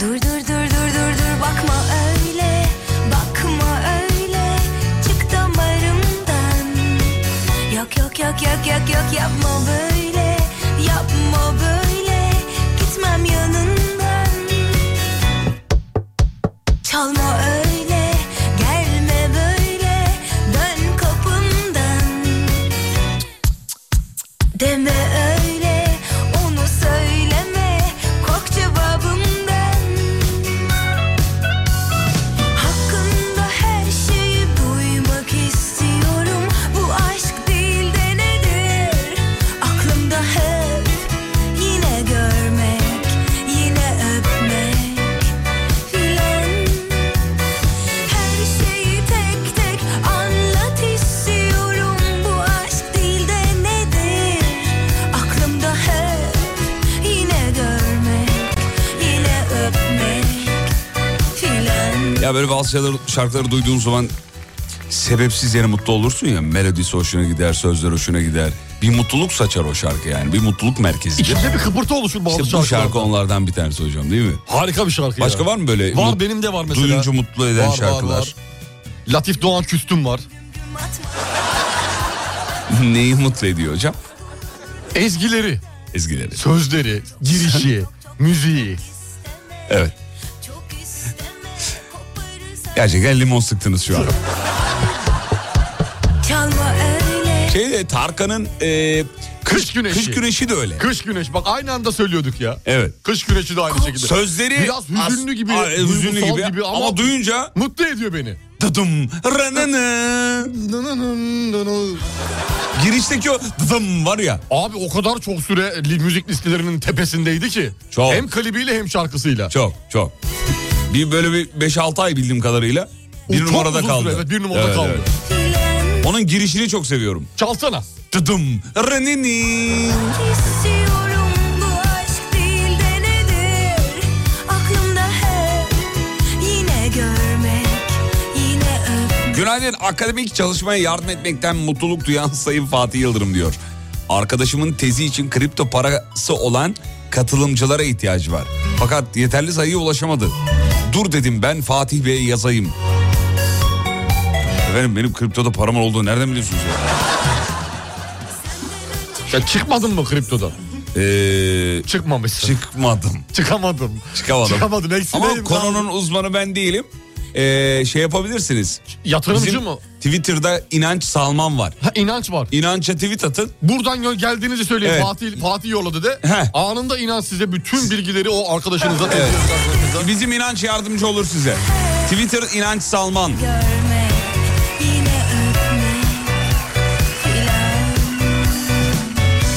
Speaker 1: Dur dur dur dur dur dur bakma öyle bakma öyle çık damarımdan Yok yok yok yok yok yok yapma böyle yapma böyle gitmem yanından Çalma öyle gelme böyle dön kapımdan Deme öyle, onu söyleme, kork cevabımdan. Hakkında her şeyi duymak istiyorum, bu aşk değil de nedir? Aklımda hep yine görmek, yine öpmek filan. Her şeyi tek tek anlat istiyorum bu aşk değil de nedir? Aklımda hep yine görmek, yine öpmek filan.
Speaker 2: Ya böyle bazı şeyler, şarkıları duyduğun zaman sebepsiz yere mutlu olursun ya. Melodisi hoşuna gider, sözler hoşuna gider. Bir mutluluk saçar o şarkı yani. Bir mutluluk merkezidir.
Speaker 3: İçinde bir kıpırtı oluşur bazı
Speaker 2: İşte bu şarkı
Speaker 3: şarkılarda.
Speaker 2: onlardan bir tanesi hocam değil mi?
Speaker 3: Harika bir şarkı ya.
Speaker 2: Başka var mı böyle?
Speaker 3: Var
Speaker 2: mut-
Speaker 3: benim de var mesela.
Speaker 2: Duyunca mutlu eden
Speaker 3: Var, var,
Speaker 2: şarkılar.
Speaker 3: var. Latif Doğan Küstüm var.
Speaker 1: Atma
Speaker 2: Neyi mutlu ediyor hocam?
Speaker 3: Ezgileri,
Speaker 2: Ezgileri.
Speaker 3: sözleri, girişi, müziği.
Speaker 2: Evet.
Speaker 1: çok isteme, koparırsan-
Speaker 2: Gerçekten limon sıktınız şu an.
Speaker 1: Çalma öyle,
Speaker 2: Şey de Tarkan'ın e,
Speaker 3: Kış güneşi.
Speaker 2: kış güneşi de öyle.
Speaker 3: Kış güneş bak aynı anda söylüyorduk ya.
Speaker 2: Evet.
Speaker 3: Kış güneşi de aynı şekilde.
Speaker 2: Sözleri
Speaker 3: Biraz hüzünlü
Speaker 2: as-
Speaker 3: gibi,
Speaker 2: a- e, hüzünlü
Speaker 3: duygusal
Speaker 2: gibi,
Speaker 3: gibi
Speaker 2: ama,
Speaker 3: ama-
Speaker 2: duyunca
Speaker 3: Mutlu ediyor beni.
Speaker 2: dıdım ranını girişteki o dıdım var ya
Speaker 3: Abi o kadar çok süre li- müzik listelerinin tepesindeydi ki.
Speaker 2: Çok.
Speaker 3: Hem klibiyle hem şarkısıyla.
Speaker 2: çok çok bir böyle bir 5-6 ay bildiğim kadarıyla
Speaker 3: O
Speaker 2: bir
Speaker 3: çok
Speaker 2: numarada
Speaker 3: uzun
Speaker 2: kaldı.
Speaker 3: süre, evet, bir numarada kaldı.
Speaker 1: filan.
Speaker 2: Onun girişini çok seviyorum.
Speaker 3: Çalsana.
Speaker 2: Dıdım ranini.
Speaker 1: İstiyorum bu aşk değil de nedir? Aklımda hep yine görmek, yine öpmek.
Speaker 2: Günaydın. Akademik çalışmaya yardım etmekten mutluluk duyan Sayın Fatih Yıldırım diyor. Arkadaşımın tezi için kripto parası olan katılımcılara ihtiyacı var. Fakat yeterli sayıya ulaşamadı. Dur dedim ben Fatih Bey'e yazayım. Efendim benim kriptoda param olduğu nereden biliyorsunuz ya?
Speaker 3: Ya çıkmadın mı kriptodan?
Speaker 2: Ee,
Speaker 3: Çıkmamışsın.
Speaker 2: çıkmadım.
Speaker 3: Çıkamadım.
Speaker 2: Çıkamadım.
Speaker 3: Çıkamadın.
Speaker 2: Ama
Speaker 3: Eksideyim.
Speaker 2: konunun uzmanı ben değilim. Ee, şey yapabilirsiniz.
Speaker 3: Yatırımcı
Speaker 2: Bizim
Speaker 3: mı?
Speaker 2: Twitter'da inanç salman var.
Speaker 3: Ha, inanç var.
Speaker 2: İnanç'a tweet atın.
Speaker 3: Buradan gö- geldiğinizi söyleyin.
Speaker 2: Evet.
Speaker 3: Fatih, Fatih yolladı de.
Speaker 2: Heh.
Speaker 3: Anında inanç size bütün bilgileri o arkadaşınıza evet.
Speaker 2: Bizim inanç yardımcı olur size. Twitter inanç salman.
Speaker 4: görmek yine öpmek filan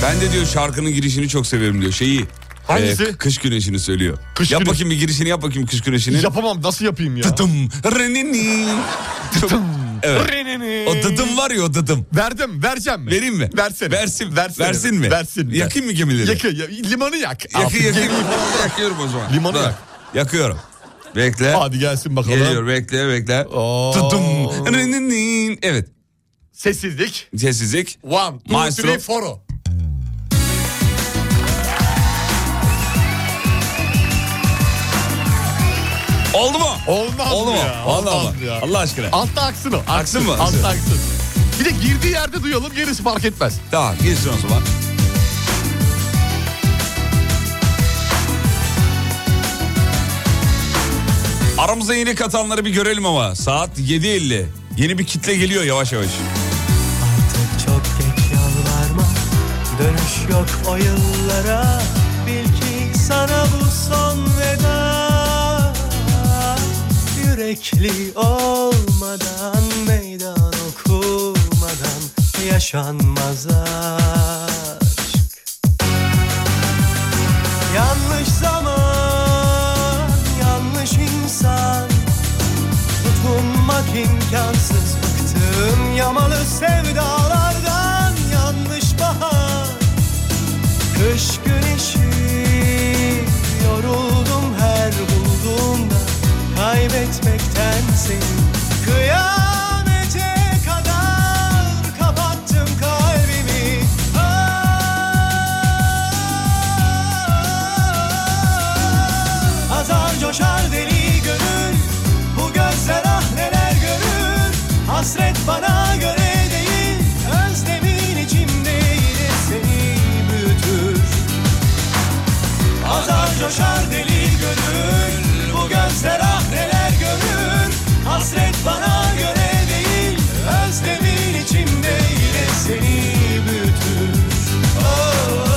Speaker 2: Ben de diyor şarkının girişini çok severim diyor. Şeyi.
Speaker 3: Hangisi?
Speaker 2: e, kış güneşini söylüyor.
Speaker 3: Kış
Speaker 2: yap
Speaker 3: güneşi.
Speaker 2: bakayım bir girişini yap bakayım kış güneşini.
Speaker 3: Yapamam nasıl yapayım ya?
Speaker 2: Dıdım. Renini. Çok- Evet. O dıdım var ya o dıdım.
Speaker 3: Verdim, vereceğim mi?
Speaker 2: Vereyim mi?
Speaker 3: Versin.
Speaker 2: Versin.
Speaker 3: Versin.
Speaker 2: Versin mi?
Speaker 3: Versin.
Speaker 2: Yakayım mı gemileri?
Speaker 3: Yakın. ya- limanı yak.
Speaker 2: Yakı,
Speaker 3: Altın
Speaker 2: yakayım.
Speaker 3: gemiyi falan.
Speaker 2: Yakıyorum o zaman.
Speaker 3: Limanı
Speaker 2: Dur.
Speaker 3: yak.
Speaker 2: Yakıyorum. Bekle.
Speaker 3: Hadi gelsin bakalım.
Speaker 2: Geliyor bekle bekle.
Speaker 3: Oo.
Speaker 2: Dıdım. Renini. Evet.
Speaker 3: Sessizlik.
Speaker 2: Sessizlik.
Speaker 3: One, two,
Speaker 2: Maestro.
Speaker 3: three, four.
Speaker 2: Oldu mu?
Speaker 3: Olmaz
Speaker 2: Oldu
Speaker 3: mı
Speaker 2: mu?
Speaker 3: ya?
Speaker 2: Olmaz mı?
Speaker 3: ya.
Speaker 2: Allah aşkına.
Speaker 3: Altta aksın o.
Speaker 2: Aksın mı?
Speaker 3: Altta aksın. Bir de girdiği yerde duyalım gerisi fark etmez.
Speaker 2: Tamam girsin o zaman. Aramıza yeni katanları bir görelim ama. Saat 7.50. Yeni bir kitle geliyor yavaş yavaş.
Speaker 5: Artık çok geç yalvarma Dönüş yok o yıllara Bil ki sana bu son veda Yürekli olmadan Meydan okumadan Yaşanmaz aşk Yanlış zaman Yanlış insan Tutunmak imkansız bıktım yamalı sevdalardan yanlış bahar Kış güneşi yoruldum her bulduğumda kaybetmekten seni Kıyamete kadar kapattım kalbimi Ah! Azar coşar deli gönül Bu gözler ah neler görür Hasret bana göre değil Özlemin içimde yine seni büyütür Azar coşar deli gönül Bu gözler ah neler görür Hasret bana göre değil Özlemin içimde yine seni büyütür Oh, oh, oh.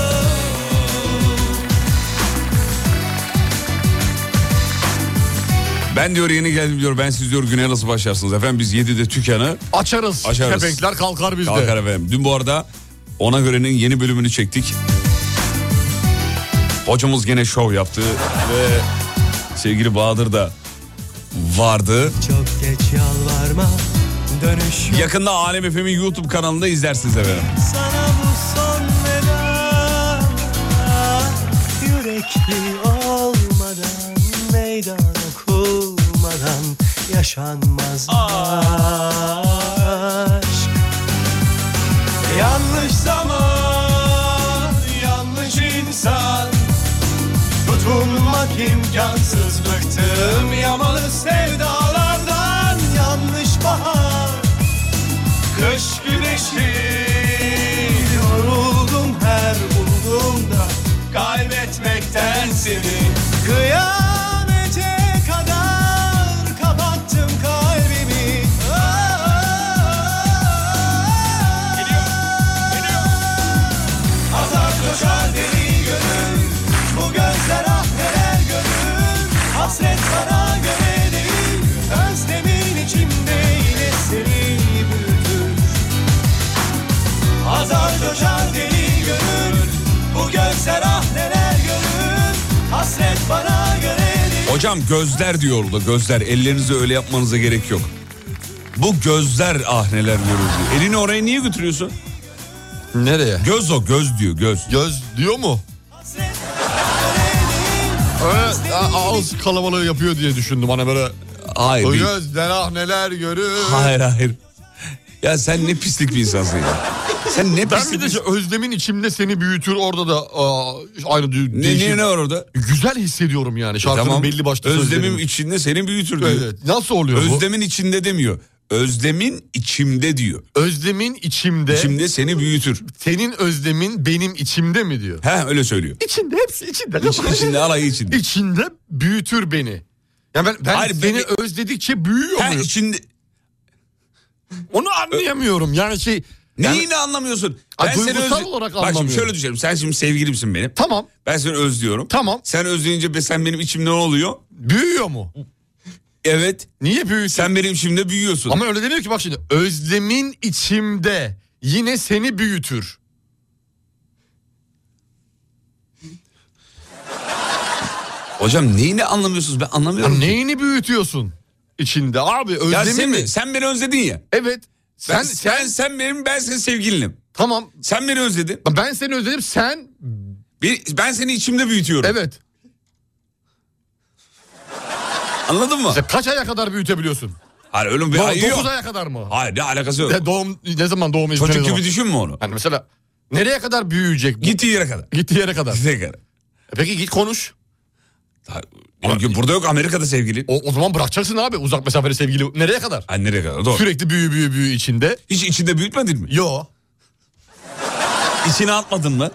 Speaker 2: Ben diyor yeni geldim diyor. Ben siz diyor güne nasıl başlarsınız? Efendim biz 7'de tükanı
Speaker 3: Açarız.
Speaker 2: Açarız.
Speaker 3: Kepenkler kalkar bizde.
Speaker 2: kalkar efendim. Dün bu arada Ona Göre'nin yeni bölümünü çektik. Hocamız gene şov yaptı ve sevgili Bahadır da vardı.
Speaker 5: Çok geç yalvarma Dönüş yok
Speaker 2: Yakında Alem FM'in YouTube kanalında izlersiniz efendim.
Speaker 5: sana bu son veda Yürekli olmadan Meydan okumadan Yaşanmaz aşk Yanlış zaman Yanlış insan Tutunmak imkansız Bıktım yamalı sevdalardan Yanlış bahar Kış güneşi Yoruldum her bulduğumda Kaybetmekten seni Kıyamete kadar Kapattım kalbimi Azar koşar deli gönül Bu gözler ah neler gönül Hasret bana göre değil Özlemin içimde yine seni büyütür Azar coşar deli gönül Bu gözler ah neler gönül Hasret bana göre değil
Speaker 2: Hocam gözler diyor orada gözler. Ellerinizi öyle yapmanıza gerek yok. Bu gözler ah neler görüyoruz diyor. Elini oraya niye götürüyorsun?
Speaker 3: Nereye?
Speaker 2: Göz o göz diyor göz.
Speaker 3: Göz diyor mu? Öyle a- ağız kalabalığı yapıyor diye düşündüm. Hani böyle
Speaker 2: hayır.
Speaker 3: O
Speaker 2: değil.
Speaker 3: gözler ah neler görür.
Speaker 2: Hayır hayır. Ya sen ne pislik bir insansın ya. Sen ne
Speaker 3: Ben bir
Speaker 2: pislik
Speaker 3: de şu özlemin içimde seni büyütür orada da aa, aynı dü-
Speaker 2: Ne,
Speaker 3: değişim.
Speaker 2: ne, ne var orada?
Speaker 3: Güzel hissediyorum yani
Speaker 2: E
Speaker 3: şarkının
Speaker 2: tamam.
Speaker 3: belli başlı
Speaker 2: Özlemim
Speaker 3: sözlerini.
Speaker 2: içinde seni büyütür diyor.
Speaker 3: Evet. Nasıl oluyor bu?
Speaker 2: Özlemin içinde demiyor. Özlemin içimde diyor.
Speaker 3: Özlemin içimde.
Speaker 2: İçimde seni büyütür.
Speaker 3: Senin özlemin benim içimde mi diyor.
Speaker 2: He öyle söylüyor.
Speaker 3: İçinde hepsi içinde.
Speaker 2: İç- içinde alayı içinde.
Speaker 3: içinde büyütür beni. Ya ben, ben
Speaker 2: Hayır,
Speaker 3: seni
Speaker 2: ben-
Speaker 3: özledikçe büyüyor
Speaker 2: He
Speaker 3: muyum?
Speaker 2: içinde.
Speaker 3: Onu anlayamıyorum. Yani şey
Speaker 2: Neyini
Speaker 3: Yani-
Speaker 2: anlamıyorsun?
Speaker 3: Ay, duygusal
Speaker 2: özle-
Speaker 3: olarak
Speaker 2: Bak şimdi
Speaker 3: anlamıyorum.
Speaker 2: şöyle düşünelim. Sen şimdi sevgilimsin benim.
Speaker 3: tamam
Speaker 2: Ben seni özlüyorum.
Speaker 3: tamam
Speaker 2: Sen özleyince be- sen benim içimde ne oluyor?
Speaker 3: büyüyor mu?
Speaker 2: Evet.
Speaker 3: Niye büyüyor?
Speaker 2: Sen benim içimde büyüyorsun.
Speaker 3: Ama öyle demiyor ki bak şimdi özlemin içimde yine seni büyütür.
Speaker 2: Hocam neyini anlamıyorsunuz? Ben
Speaker 3: Ya
Speaker 2: anlamıyorum. ki.
Speaker 3: neyini büyütüyorsun içinde abi
Speaker 2: Ya
Speaker 3: özlemi
Speaker 2: sen,
Speaker 3: mi?
Speaker 2: mi? sen beni özledin ya.
Speaker 3: Evet. Sen,
Speaker 2: Ben,
Speaker 3: sen,
Speaker 2: sen sen benim ben senin sevgilinim.
Speaker 3: tamam
Speaker 2: Sen beni özledin.
Speaker 3: ben seni özledim sen
Speaker 2: Bir- Ben seni içimde büyütüyorum.
Speaker 3: evet.
Speaker 2: Anladın mı?
Speaker 3: Sen kaç aya kadar büyütebiliyorsun?
Speaker 2: Hayır öyle bir ayı
Speaker 3: 9
Speaker 2: yok.
Speaker 3: aya kadar mı?
Speaker 2: Hayır ne alakası yok.
Speaker 3: Ya doğum ne zaman doğum izni, ne
Speaker 2: Çocuk
Speaker 3: zaman?
Speaker 2: gibi düşünme onu.
Speaker 3: Yani mesela nereye kadar büyüyecek? bu?
Speaker 2: Gittiği yere kadar.
Speaker 3: Gittiği yere kadar.
Speaker 2: Gittiği yere kadar.
Speaker 3: E Peki git konuş.
Speaker 2: Ha, yok, yok, Burada yok Amerika'da sevgili.
Speaker 3: O, o zaman bırakacaksın abi uzak mesafeli sevgili. Nereye kadar?
Speaker 2: Ha, nereye kadar doğru.
Speaker 3: Sürekli büyü büyü büyü içinde.
Speaker 2: Hiç içinde büyütmedin mi?
Speaker 3: Yo.
Speaker 2: İçine atmadın mı?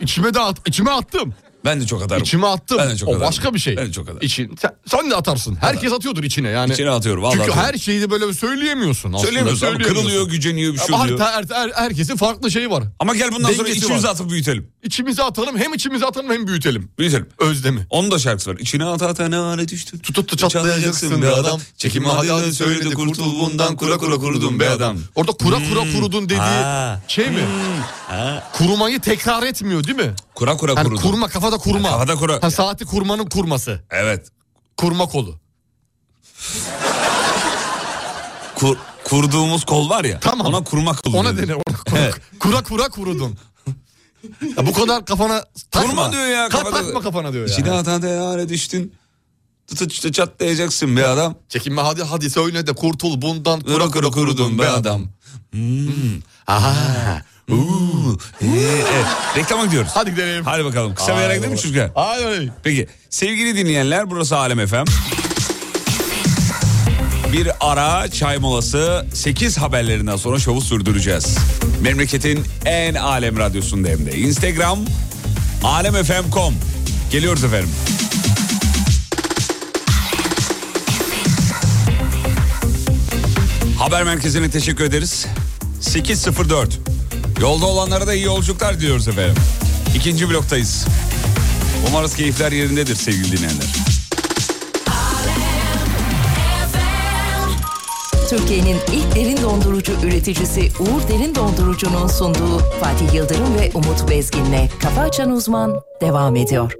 Speaker 3: İçime de at, içime attım.
Speaker 2: Ben de çok atarım.
Speaker 3: İçime attım.
Speaker 2: Ben de çok
Speaker 3: o
Speaker 2: atarım.
Speaker 3: başka bir şey.
Speaker 2: Ben de çok atarım.
Speaker 3: İçin, sen, sen de atarsın. Herkes atıyordur içine yani.
Speaker 2: İçine atıyorum, vallahi
Speaker 3: Çünkü
Speaker 2: atıyorum.
Speaker 3: her şeyi de böyle söyleyemiyorsun aslında.
Speaker 2: Söyleyemiyorsun. ama Kırılıyor, güceniyor, bir şey
Speaker 3: Ama
Speaker 2: oluyor.
Speaker 3: her- her- her- herkesin farklı şeyi var.
Speaker 2: Ama gel bundan sonra
Speaker 3: Dengesi
Speaker 2: içimize
Speaker 3: var.
Speaker 2: atıp büyütelim.
Speaker 3: İçimize atalım hem içimize atalım hem büyütelim.
Speaker 2: Büyütelim.
Speaker 3: Özlemi.
Speaker 2: Onun da şarkısı var. İçine ata ata ne hale düştün.
Speaker 3: Tutup da çatlayacaksın be adam.
Speaker 2: Çekime hadi hadi söyledi kurtul bundan kura kura kurudun be adam.
Speaker 3: Orada kura kura kurudun dediği
Speaker 2: Hmm. ha,
Speaker 3: şey mi? Kurumayı tekrar etmiyor değil mi?
Speaker 2: Kura kura
Speaker 3: Yani
Speaker 2: kurudun.
Speaker 3: kurma kafada
Speaker 2: Ha,
Speaker 3: kurma.
Speaker 2: kafada kura-
Speaker 3: Ha, saati kurmanın kurması.
Speaker 2: Evet.
Speaker 3: Kurma kolu.
Speaker 2: Kur- kurduğumuz kol var ya.
Speaker 3: Tamam.
Speaker 2: Ona kurmak kolu.
Speaker 3: Ona
Speaker 2: dedi.
Speaker 3: dene. Ona kura,
Speaker 2: Evet.
Speaker 3: kura kura kurudun. Ya bu kadar kafana takma.
Speaker 2: Kurma diyor ya.
Speaker 3: Ka-
Speaker 2: kafada-
Speaker 3: takma kafana diyor
Speaker 2: İçine
Speaker 3: ya.
Speaker 2: ata ata ne hale düştün. Tutup işte çatlayacaksın be adam.
Speaker 3: Çekinme hadi hadi söyle de kurtul bundan
Speaker 2: Kura kura kurudun be adam.
Speaker 3: Aha.
Speaker 2: Hmm. Uuu. Ee, evet. Reklama gidiyoruz.
Speaker 3: Hadi gidelim.
Speaker 2: Hadi bakalım. Kısa bir yere gidelim mi çocuklar?
Speaker 3: Hayır.
Speaker 2: Peki sevgili dinleyenler burası Alem FM. Bir ara çay molası 8 haberlerinden sonra şovu sürdüreceğiz. Memleketin en alem radyosunda hem de. Instagram alemfm.com. Geliyoruz efendim. Haber merkezine teşekkür ederiz. 8.04. Yolda olanlara da iyi yolculuklar diliyoruz efendim. İkinci bloktayız. Umarız keyifler yerindedir sevgili dinleyenler.
Speaker 7: Türkiye'nin ilk derin dondurucu üreticisi Uğur Derin Dondurucu'nun sunduğu Fatih Yıldırım ve Umut Bezgin'le Kafa Açan Uzman devam ediyor.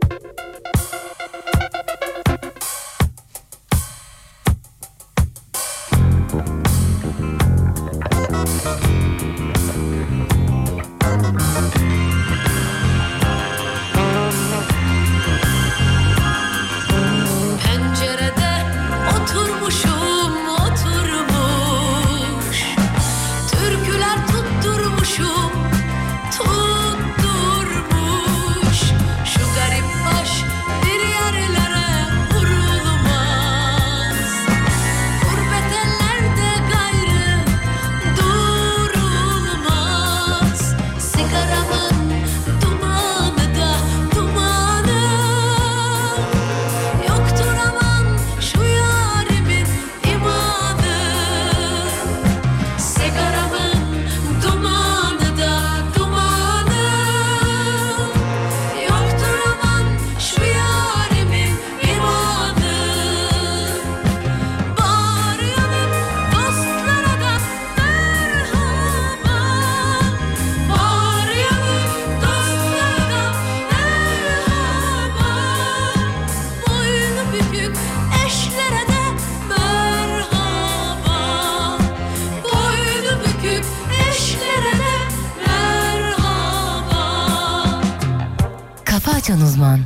Speaker 1: Pencerede oturmuşum oturmuş Türküler tutturmuşum tutturmuş Şu garip baş bir yerlere vurulmaz Gurbet ellerde gayrı durulmaz Sigaramın dumanı da dumanı Yoktur aman şu yarimin imanı Sigaramın dumanı da dumanı Yoktur aman şu yarimin imanı Bağırıyorum dostlara da merhaba Bağırıyorum dostlara da merhaba Boynu bükük eşlere de merhaba Boynu bükük eşlere de merhaba
Speaker 7: Kafa Açan Uzman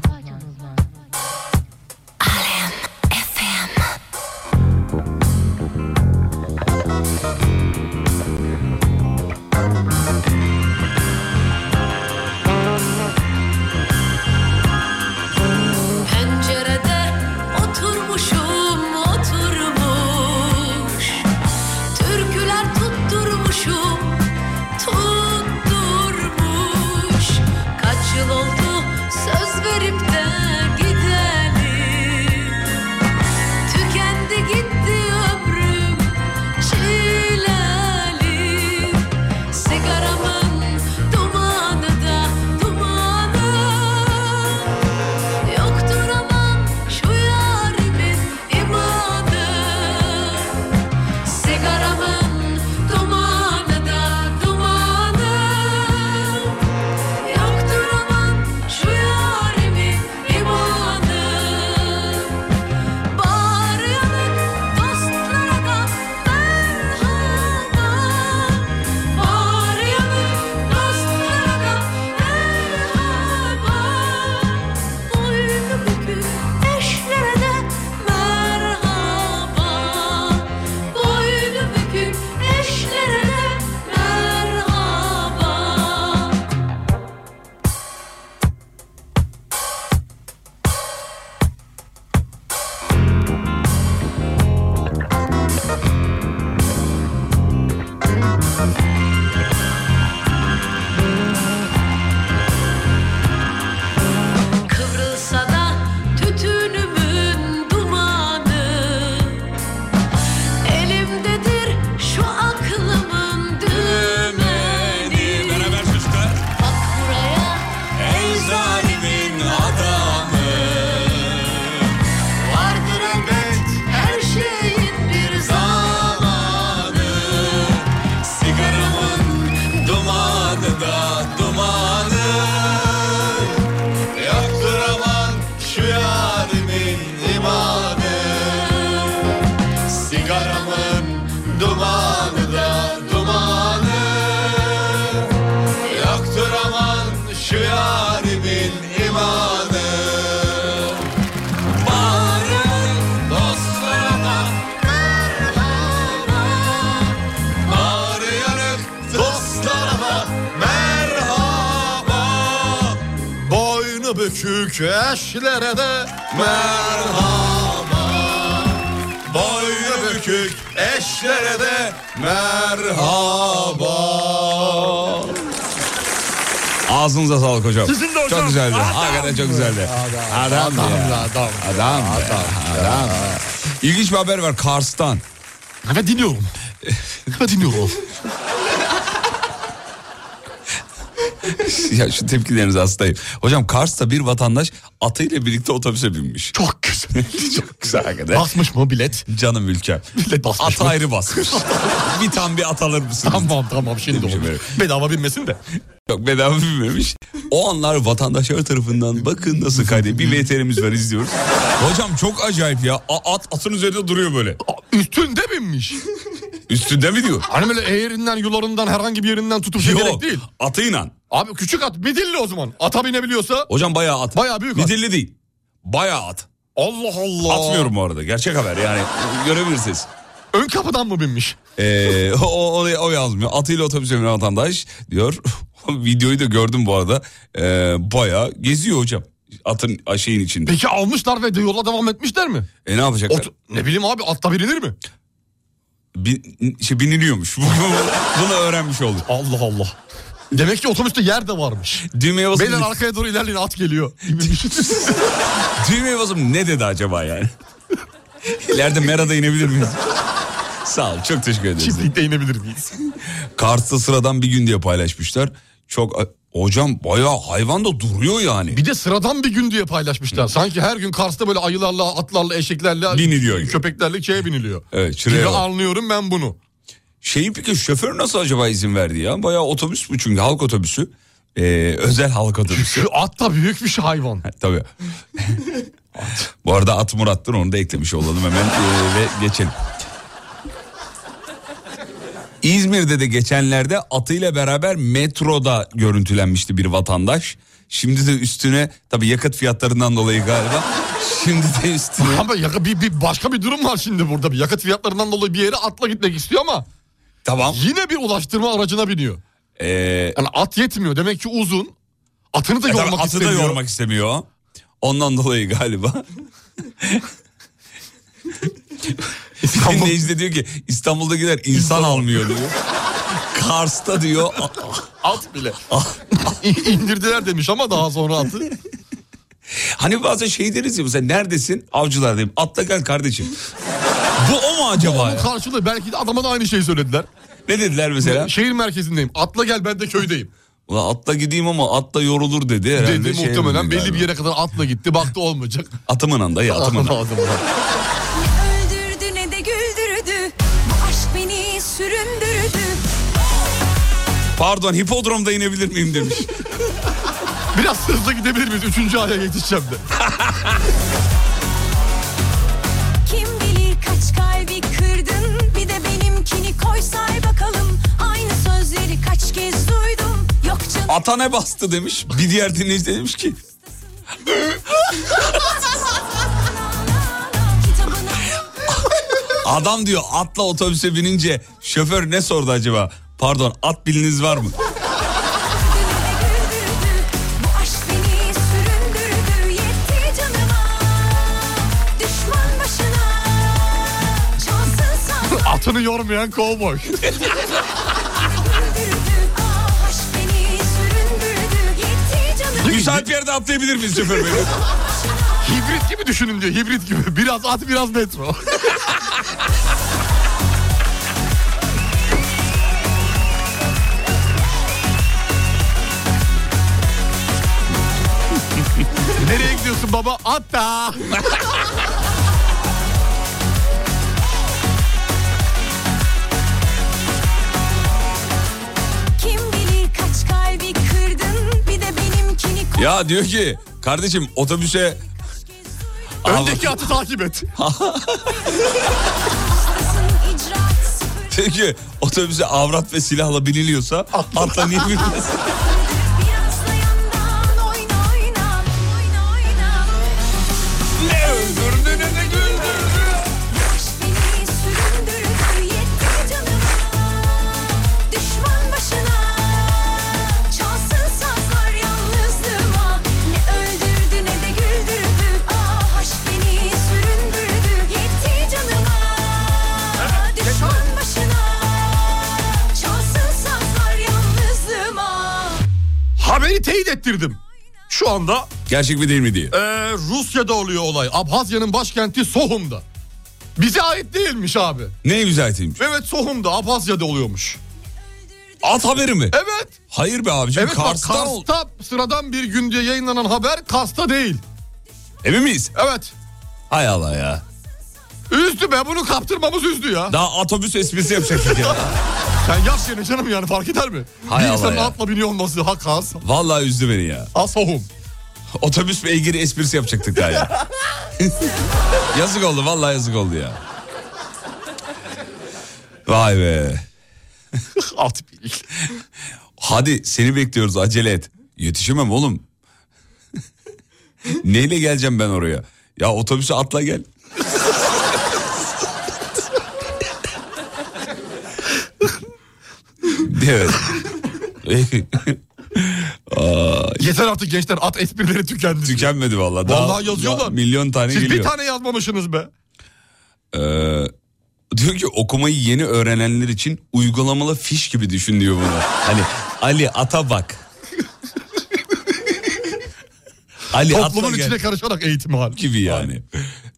Speaker 5: yaramın dumanı da dumanı Yoktur aman şu yarimin imanı Bağırın dostlara da merhaba Bağrı yanık dostlara da merhaba
Speaker 3: Boynu bükük eşlere de
Speaker 5: merhaba
Speaker 3: Boynu bükük eşlere de merhaba
Speaker 2: Ağzınıza sağlık hocam.
Speaker 3: Sizin de hocam.
Speaker 2: Çok güzeldi.
Speaker 3: Adam.
Speaker 2: Hakikaten çok güzeldi. Adam,
Speaker 3: Adam
Speaker 2: ya.
Speaker 3: be, adam be,
Speaker 2: Adam, be, adam. İlginç bir haber var Kars'tan.
Speaker 3: Ve dinliyorum. Ve dinliyorum.
Speaker 2: ya şu tepkileriniz hastayım. Hocam Kars'ta bir vatandaş atıyla birlikte otobüse binmiş.
Speaker 3: Çok güzel.
Speaker 2: Çok güzel hakikaten.
Speaker 3: Basmış mı bilet?
Speaker 2: Canım ülkem.
Speaker 3: Bilet basmış
Speaker 2: At
Speaker 3: mı?
Speaker 2: ayrı basmış. bir tam bir at alır mısınız?
Speaker 3: Tamam tamam şimdi
Speaker 2: Demişim
Speaker 3: oldu.
Speaker 2: öyle.
Speaker 3: Bedava binmesin de.
Speaker 2: Yok bedava bilmemiş. O anlar vatandaşlar tarafından bakın nasıl kaydediyor. Bir veterimiz var izliyoruz. Hocam çok acayip ya. A- at atın üzerinde duruyor böyle.
Speaker 3: Aa, Üstünde binmiş.
Speaker 2: Üstünde mi diyor?
Speaker 3: Hani böyle eğerinden, yularından, herhangi bir yerinden tutup şey gerek
Speaker 2: Yok.
Speaker 3: değil.
Speaker 2: Atıyla.
Speaker 3: Abi küçük at, midilli o zaman. Ata binebiliyorsa.
Speaker 2: Hocam bayağı at.
Speaker 3: Bayağı büyük at.
Speaker 2: Midilli değil. Bayağı at.
Speaker 3: Allah Allah.
Speaker 2: Atmıyorum bu arada. Gerçek haber yani. Görebilirsiniz.
Speaker 3: Ön kapıdan mı binmiş?
Speaker 2: Ee, o, o, o- o yazmıyor. Atıyla otobüse binen vatandaş diyor. Videoyu da gördüm bu arada. Ee, bayağı geziyor hocam. Atın şeyin içinde.
Speaker 3: Peki almışlar ve de yola devam etmişler mi?
Speaker 2: E ne yapacaklar?
Speaker 3: Ot- ne bileyim abi atta binilir mi?
Speaker 2: Bin- şey, biniliyormuş. Bunu öğrenmiş olduk.
Speaker 3: Allah Allah. Demek ki otobüste yer de varmış.
Speaker 2: Düğmeye basıp,
Speaker 3: Beyler arkaya doğru ilerleyin at geliyor. gibi bir şey.
Speaker 2: düğmeye basıp ne dedi acaba yani? İleride Mera'da inebilir miyiz? Sağ ol çok teşekkür ederiz.
Speaker 3: Çiftlikte inebilir miyiz?
Speaker 2: Kars'ta sıradan bir gün diye paylaşmışlar. Çok hocam bayağı hayvan da duruyor yani.
Speaker 3: Bir de sıradan bir gün diye paylaşmışlar. Sanki her gün Kars'ta böyle ayılarla, atlarla, eşeklerle,
Speaker 2: Biniliyor.
Speaker 3: köpeklerle şeye biniliyor.
Speaker 2: Evet, şuraya
Speaker 3: Gibi
Speaker 2: bak.
Speaker 3: anlıyorum ben bunu.
Speaker 2: Şeyin peki şoför nasıl acaba izin verdi ya? Bayağı otobüs bu çünkü halk otobüsü. Ee, özel halk otobüsü.
Speaker 3: Şu at da büyük bir şey hayvan.
Speaker 2: Tabii. At. Bu arada at Murat'tır onu da eklemiş olalım hemen ee, ve geçelim. İzmir'de de geçenlerde atıyla beraber metroda görüntülenmişti bir vatandaş. Şimdi de üstüne tabii yakıt fiyatlarından dolayı galiba. Şimdi de üstüne
Speaker 3: Ama yaka- bir, bir başka bir durum var şimdi burada. Bir yakıt fiyatlarından dolayı bir yere atla gitmek istiyor ama
Speaker 2: tamam.
Speaker 3: yine bir ulaştırma aracına biniyor.
Speaker 2: Ee,
Speaker 3: Yani at yetmiyor. Demek ki uzun. Atını da
Speaker 2: E tabii
Speaker 3: yormak
Speaker 2: atı
Speaker 3: istemiyor.
Speaker 2: da yormak istemiyor. Ondan dolayı galiba.
Speaker 3: İstanbul-
Speaker 2: Dinleyici de diyor ki İstanbul'dakiler insan almıyor diyor. Kars'ta diyor
Speaker 3: At bile. İndirdiler demiş ama daha sonra atı.
Speaker 2: hani bazen şey deriz ya mesela neredesin avcılar diyeyim atla gel kardeşim. Bu o mu acaba? ya?
Speaker 3: Karşılığı belki de adama da aynı şeyi söylediler. Şey,
Speaker 2: Ne dediler mesela?
Speaker 3: Şehir merkezindeyim. Atla gel ben de köydeyim.
Speaker 2: Ulan atla gideyim ama atla yorulur dedi herhalde.
Speaker 3: Dedi
Speaker 2: şey
Speaker 3: muhtemelen
Speaker 2: dedi
Speaker 3: belli
Speaker 2: galiba.
Speaker 3: bir yere kadar atla gitti. Baktı olmayacak.
Speaker 2: Atımın anda ya atımın anda.
Speaker 3: Lazım var.
Speaker 4: Öldürdü ne de güldürdü Bu aşk beni süründürdü
Speaker 2: Pardon hipodromda inebilir miyim demiş.
Speaker 3: Biraz hızlı gidebilir miyiz? Üçüncü aya yetişeceğim de.
Speaker 4: Kim bilir kaç kalbi kırdın Bir de benimkini koy say bakalım Aynı sözleri kaç kez duydum Yok canım
Speaker 2: Ata ne bastı demiş. Bir diğer dinleyici de demiş ki
Speaker 4: kitabına
Speaker 2: Adam diyor atla otobüse binince şoför ne sordu acaba? Pardon at biliniz var mı?
Speaker 4: Güldürdü Bu aşk beni süründürdü Yetti canıma Düşman başına Çalsın sana
Speaker 3: Atını yormayan kovboy.
Speaker 4: Güldürdü Ah aşk beni süründürdü Yetti canıma
Speaker 2: Müsait bir yerde atlayabilir miyiz şoför bey?
Speaker 3: Hibrit gibi düşünün diyor. Hibrit gibi. Biraz at biraz metro. Nereye gidiyorsun baba? Atta.
Speaker 4: Kim bilir kaç kalbi kırdın Bir de benimkini koy
Speaker 2: ya diyor ki kardeşim otobüse
Speaker 3: Öndeki atı takip et.
Speaker 4: Hastasın
Speaker 2: Çünkü otobüse avrat ve silahla biniliyorsa atla niye binmez? Ne öldürdü ne de güldürdü.
Speaker 11: Düşman başına çalsın sazlar yalnızlığıma Ne öldürdü ne de güldürdü Ah aşk beni süründürdü Yetti canıma Düşman başına çalsın sazlar yalnızlığıma
Speaker 3: Haberi teyit ettirdim. Şu anda
Speaker 2: Gerçek mi değil mi diye.
Speaker 3: Ee, Rusya'da oluyor olay. Abhazya'nın başkenti Sohum'da. Bize ait değilmiş abi.
Speaker 2: Ne müzayetiymiş?
Speaker 3: Evet Sohum'da Abhazya'da oluyormuş.
Speaker 2: At haberi mi?
Speaker 3: Evet.
Speaker 2: Hayır be abicim.
Speaker 3: Evet
Speaker 2: Kars'tan
Speaker 3: bak
Speaker 2: ol-
Speaker 3: Kars'ta sıradan bir günde yayınlanan haber Kars'ta değil.
Speaker 2: Emin miyiz?
Speaker 3: Evet.
Speaker 2: Hay Allah ya.
Speaker 3: Üzdü be bunu kaptırmamız üzdü ya.
Speaker 2: Daha otobüs esprisi yapacaktık ya.
Speaker 3: Sen yap yerine canım yani fark eder mi?
Speaker 2: Hay
Speaker 3: bir
Speaker 2: Allah
Speaker 3: insanın
Speaker 2: ya.
Speaker 3: atla biniyor olması ha Kars,
Speaker 2: Vallahi üzdü beni ya.
Speaker 3: ha Sohum.
Speaker 2: Otobüs beygiri esprisi yapacaktık daha ya. yazık oldu vallahi yazık oldu ya. Vay be.
Speaker 3: At
Speaker 2: Hadi seni bekliyoruz acele et. Yetişemem oğlum. Neyle geleceğim ben oraya? Ya otobüse atla gel. evet.
Speaker 3: Yeter artık gençler at esprileri tükendi.
Speaker 2: Tükenmedi vallahi. Daha-
Speaker 3: Vallahi yazıyorlar.
Speaker 2: Ya, milyon tane
Speaker 3: Siz
Speaker 2: geliyor.
Speaker 3: bir tane yazmamışsınız be.
Speaker 2: Ee, diyor ki okumayı yeni öğrenenler için uygulamalı fiş gibi düşün diyor bunu. Hani Ali ata bak. Ali
Speaker 3: Toplumun
Speaker 2: atla gel
Speaker 3: içine karışarak eğitim hali.
Speaker 2: gibi yani.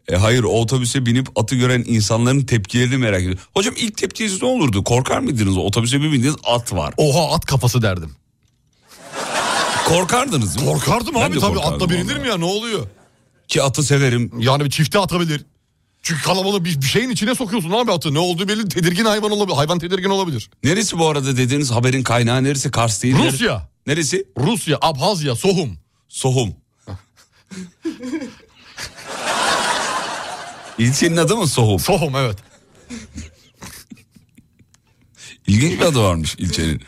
Speaker 2: E, hayır o otobüse binip atı gören insanların tepkilerini merak ediyorum. Hocam ilk tepkiniz ne olurdu? Korkar mıydınız? Otobüse bir bindiniz at var.
Speaker 3: Oha at kafası derdim.
Speaker 2: Korkardınız mı?
Speaker 3: Korkardım
Speaker 2: Ben
Speaker 3: abi
Speaker 2: de
Speaker 3: tabii
Speaker 2: korkardım
Speaker 3: atla binilir
Speaker 2: vallahi.
Speaker 3: mi ya ne oluyor?
Speaker 2: Ki atı severim.
Speaker 3: Yani bir çifte atabilir. Çünkü kalabalık bir, bir şeyin içine sokuyorsun abi atı. Ne olduğu belli tedirgin hayvan olabilir. Hayvan tedirgin olabilir.
Speaker 2: Neresi bu arada dediğiniz haberin kaynağı neresi? Kars değil.
Speaker 3: Rusya.
Speaker 2: Neresi?
Speaker 3: Rusya, Abhazya, Sohum.
Speaker 2: Sohum. İlçenin adı mı Sohum?
Speaker 3: Sohum evet.
Speaker 2: İlginç bir adı varmış ilçenin.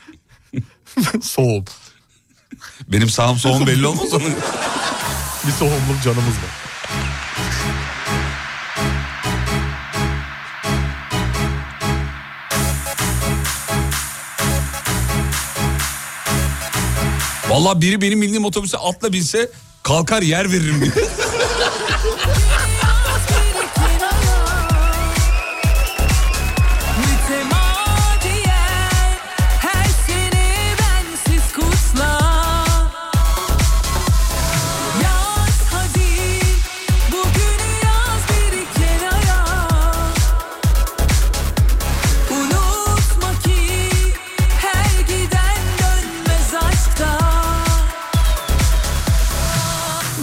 Speaker 3: Sohum.
Speaker 2: Benim sağım soğum belli olmaz onun.
Speaker 3: Bir sohumluk canımız var.
Speaker 2: Valla biri benim bildiğim otobüse atla binse kalkar yer veririm diye.
Speaker 1: Mütemadiyen her seni bensiz kutla Yaz hadi bugünü yaz bir kenara Unutma ki her giden dönmez aşkta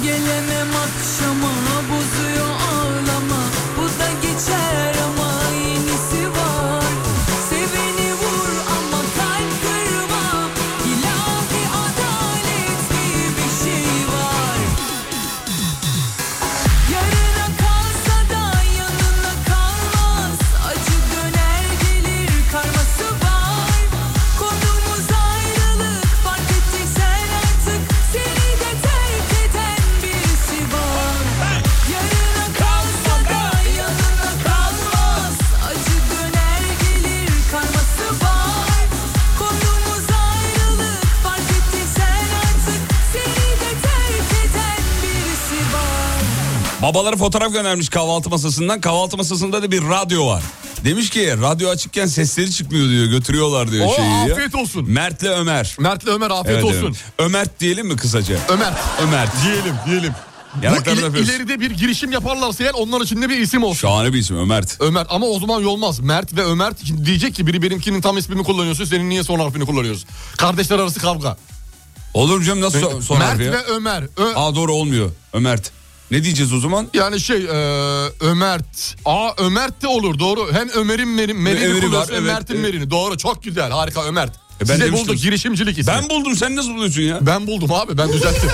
Speaker 1: Gelemem akşama bozuyor ağlama Bu da geçer ama yenisi var Seveni vur ama kalp kırma İlahi adalet diye bir şey var Yarına kalsa da yanına kalmaz Acı döner gelir karması var Konumuz ayrılık fark ettiysen artık Seni de terk eden birisi var Yarına kalsa da yanına kalmaz Acı döner gelir karması var Konumuz ayrılık fark ettiysen artık Seni de terk eden birisi var
Speaker 2: Babaları fotoğraf göndermiş kahvaltı masasından. Kahvaltı masasında da bir radyo var. Demiş ki radyo açıkken sesleri çıkmıyor diyor. Götürüyorlar diyor
Speaker 3: Oo,
Speaker 2: şeyi. ya.
Speaker 3: afiyet olsun.
Speaker 2: Mert'le Ömer.
Speaker 3: Mert'le Ömer afiyet
Speaker 2: Evet,
Speaker 3: olsun.
Speaker 2: evet. Ömer diyelim mi kısaca?
Speaker 3: Ömer.
Speaker 2: Ömer.
Speaker 3: Diyelim diyelim.
Speaker 2: Yanaklarını
Speaker 3: Bu il-
Speaker 2: öpüyoruz.
Speaker 3: ileride bir girişim yaparlarsa eğer onlar için de bir isim olsun.
Speaker 2: Şahane bir isim Ömer.
Speaker 3: Ömer ama o zaman yolmaz. Mert ve Ömer diyecek ki biri benimkinin tam ismini kullanıyorsun senin niye son harfini kullanıyorsun? Kardeşler arası kavga.
Speaker 2: Olur mu canım nasıl so- son
Speaker 3: Mert
Speaker 2: harfi ya?
Speaker 3: ve Ömer. Ö-
Speaker 2: Aa doğru olmuyor. Ömert. Ne diyeceğiz o zaman?
Speaker 3: Yani şey e, Ömert. Aa Ömert de olur doğru. Hem Ömer'in Merin, Merin'i
Speaker 2: E, Ömer'i var,
Speaker 3: kullanıyorsun hem
Speaker 2: evet,
Speaker 3: Mert'in
Speaker 2: evet. E,
Speaker 3: Merin'i. Doğru çok güzel harika Ömert.
Speaker 2: ben
Speaker 3: Size
Speaker 2: demiştim.
Speaker 3: bulduk girişimcilik ismi.
Speaker 2: Ben buldum sen nasıl buluyorsun ya?
Speaker 3: ben buldum abi ben düzelttim.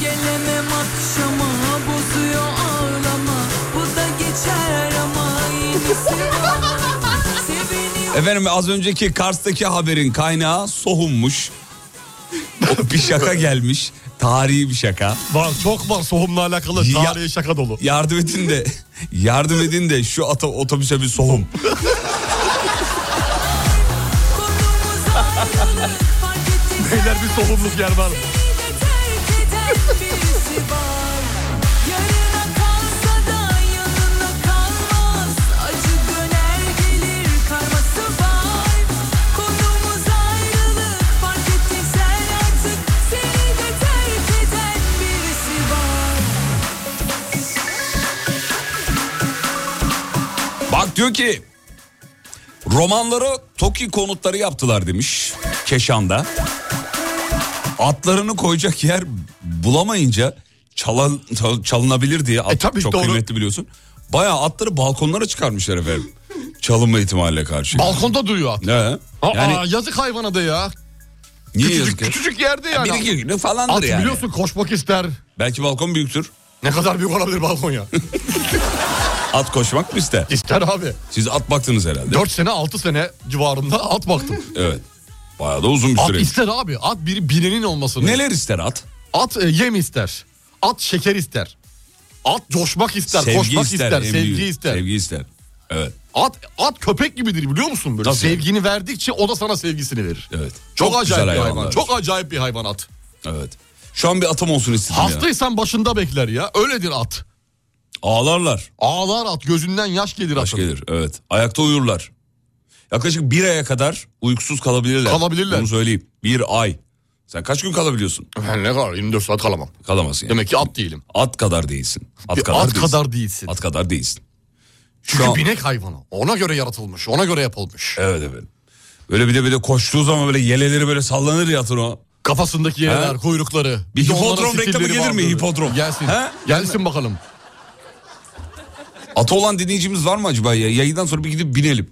Speaker 1: Gelemem akşama bozuyor ağlama Bu da geçer ama
Speaker 2: Efendim az önceki Kars'taki haberin kaynağı Sohum'muş. O bir şaka gelmiş. Tarihi bir şaka.
Speaker 3: Var çok var sohumla alakalı
Speaker 2: Ya-
Speaker 3: tarihe şaka dolu.
Speaker 2: Yardım edin de yardım edin de şu ata- otobüse bir Sohum.
Speaker 3: Beyler bir sohumluk yer var.
Speaker 2: Bak diyor ki romanlara Toki konutları yaptılar demiş Keşan'da. Atlarını koyacak yer bulamayınca çalan, çal- çalınabilir diye at
Speaker 3: E tabii,
Speaker 2: çok
Speaker 3: doğru.
Speaker 2: kıymetli biliyorsun. Bayağı atları balkonlara çıkarmışlar efendim. Çalınma ihtimaline karşı.
Speaker 3: Balkonda duruyor at.
Speaker 2: ne?
Speaker 3: Aa,
Speaker 2: Yani
Speaker 3: yazık hayvana da ya.
Speaker 2: niye
Speaker 3: Küçücük,
Speaker 2: yazık ya?
Speaker 3: küçücük yerde
Speaker 2: Ya
Speaker 3: yani.
Speaker 2: Bir iki günlük falandır
Speaker 3: At
Speaker 2: yani.
Speaker 3: biliyorsun koşmak ister.
Speaker 2: Belki balkon büyüktür.
Speaker 3: Ne kadar büyük olabilir balkon ya.
Speaker 2: At koşmak mı ister?
Speaker 3: İster abi.
Speaker 2: Siz at baktınız herhalde.
Speaker 3: 4 sene 6 sene civarında at baktım.
Speaker 2: Evet. Bayağı da uzun bir
Speaker 3: At
Speaker 2: süre.
Speaker 3: ister abi. At biri binenin olmasını.
Speaker 2: Neler ister at?
Speaker 3: At e, yem ister. At şeker ister. At coşmak ister,
Speaker 2: Sevgi
Speaker 3: koşmak
Speaker 2: ister.
Speaker 3: ister,
Speaker 2: en
Speaker 3: sevgi
Speaker 2: büyüğü.
Speaker 3: ister.
Speaker 2: Sevgi ister. Evet.
Speaker 3: At at köpek gibidir biliyor musun böyle?
Speaker 2: Nasıl?
Speaker 3: Sevgini verdikçe o da sana sevgisini verir.
Speaker 2: Evet.
Speaker 3: Çok,
Speaker 2: Çok güzel
Speaker 3: acayip bir hayvan.
Speaker 2: hayvanlar.
Speaker 3: Çok acayip bir hayvan at.
Speaker 2: Evet. Şu an bir atam olsun istedim ya.
Speaker 3: Hastaysan başında bekler ya. Öyledir at.
Speaker 2: Ağlarlar.
Speaker 3: Ağlar at, gözünden yaş gelir
Speaker 2: Baş
Speaker 3: atın.
Speaker 2: gelir. Evet. Ayakta uyurlar. Yaklaşık bir aya kadar uykusuz kalabilirler.
Speaker 3: Kalabilirler.
Speaker 2: Bunu söyleyeyim. Bir ay. Sen kaç gün kalabiliyorsun?
Speaker 3: Ben ne kadar 24 saat kalamam.
Speaker 2: Kalamazsın yani.
Speaker 3: Demek ki at değilim.
Speaker 2: At kadar değilsin. At
Speaker 3: Bir
Speaker 2: kadar
Speaker 3: at
Speaker 2: değilsin.
Speaker 3: kadar değilsin.
Speaker 2: At kadar değilsin. Şu
Speaker 3: Çünkü
Speaker 2: an-
Speaker 3: binek hayvanı. Ona göre yaratılmış, ona göre yapılmış.
Speaker 2: Evet evet. Böyle bir de böyle koştuğu zaman böyle yeleleri böyle sallanır ya atın o.
Speaker 3: Kafasındaki yerler, kuyrukları.
Speaker 2: Bir
Speaker 3: de onların
Speaker 2: hipodrom reklamı
Speaker 3: stilleri
Speaker 2: gelir mi?
Speaker 3: vardır.
Speaker 2: Hipodrom.
Speaker 3: Gelsin.
Speaker 2: He?
Speaker 3: Gelsin bakalım.
Speaker 2: Atı olan dinleyicimiz var mı acaba ya? Yayından sonra bir gidip binelim.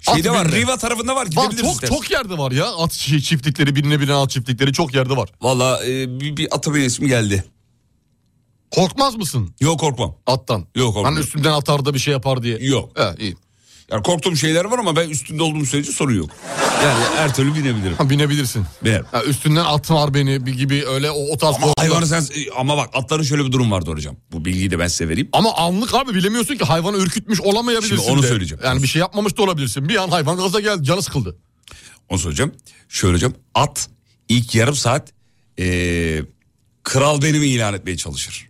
Speaker 2: Şeyde
Speaker 3: At
Speaker 2: var.
Speaker 3: binme.
Speaker 2: Riva tarafında var.
Speaker 3: Var,
Speaker 2: Gidebiliriz.
Speaker 3: çok çok yerde var ya. At şey, çiftlikleri, birine birine at çiftlikleri çok yerde var.
Speaker 2: Valla e, bir, bir ata benim geldi.
Speaker 3: Korkmaz mısın
Speaker 2: Yok korkmam.
Speaker 3: attan?
Speaker 2: Yok, korkmuyorum.
Speaker 3: Hani üstünden atar da bir şey yapar diye.
Speaker 2: Yok.
Speaker 3: He, iyi.
Speaker 2: Yani korktuğum şeyler var ama ben üstünde olduğum sürece sorun yok. Yani her türlü binebilirim.
Speaker 3: Ha, binebilirsin.
Speaker 2: Binerim.
Speaker 3: Ha, üstünden at var beni bir gibi öyle o, o tarz
Speaker 2: Ama
Speaker 3: korkular.
Speaker 2: hayvanı sen... Ama bak atların şöyle bir durum vardı hocam. Bu bilgiyi de ben size vereyim.
Speaker 3: Ama anlık abi bilemiyorsun ki hayvanı ürkütmüş olamayabilirsin
Speaker 2: Şimdi onu
Speaker 3: de.
Speaker 2: söyleyeceğim.
Speaker 3: Yani bir şey yapmamış da olabilirsin. Bir an hayvan gaza geldi canı sıkıldı.
Speaker 2: Onu söyleyeceğim. Şöyle hocam. At ilk yarım saat eee, kral benim ilan etmeye çalışır.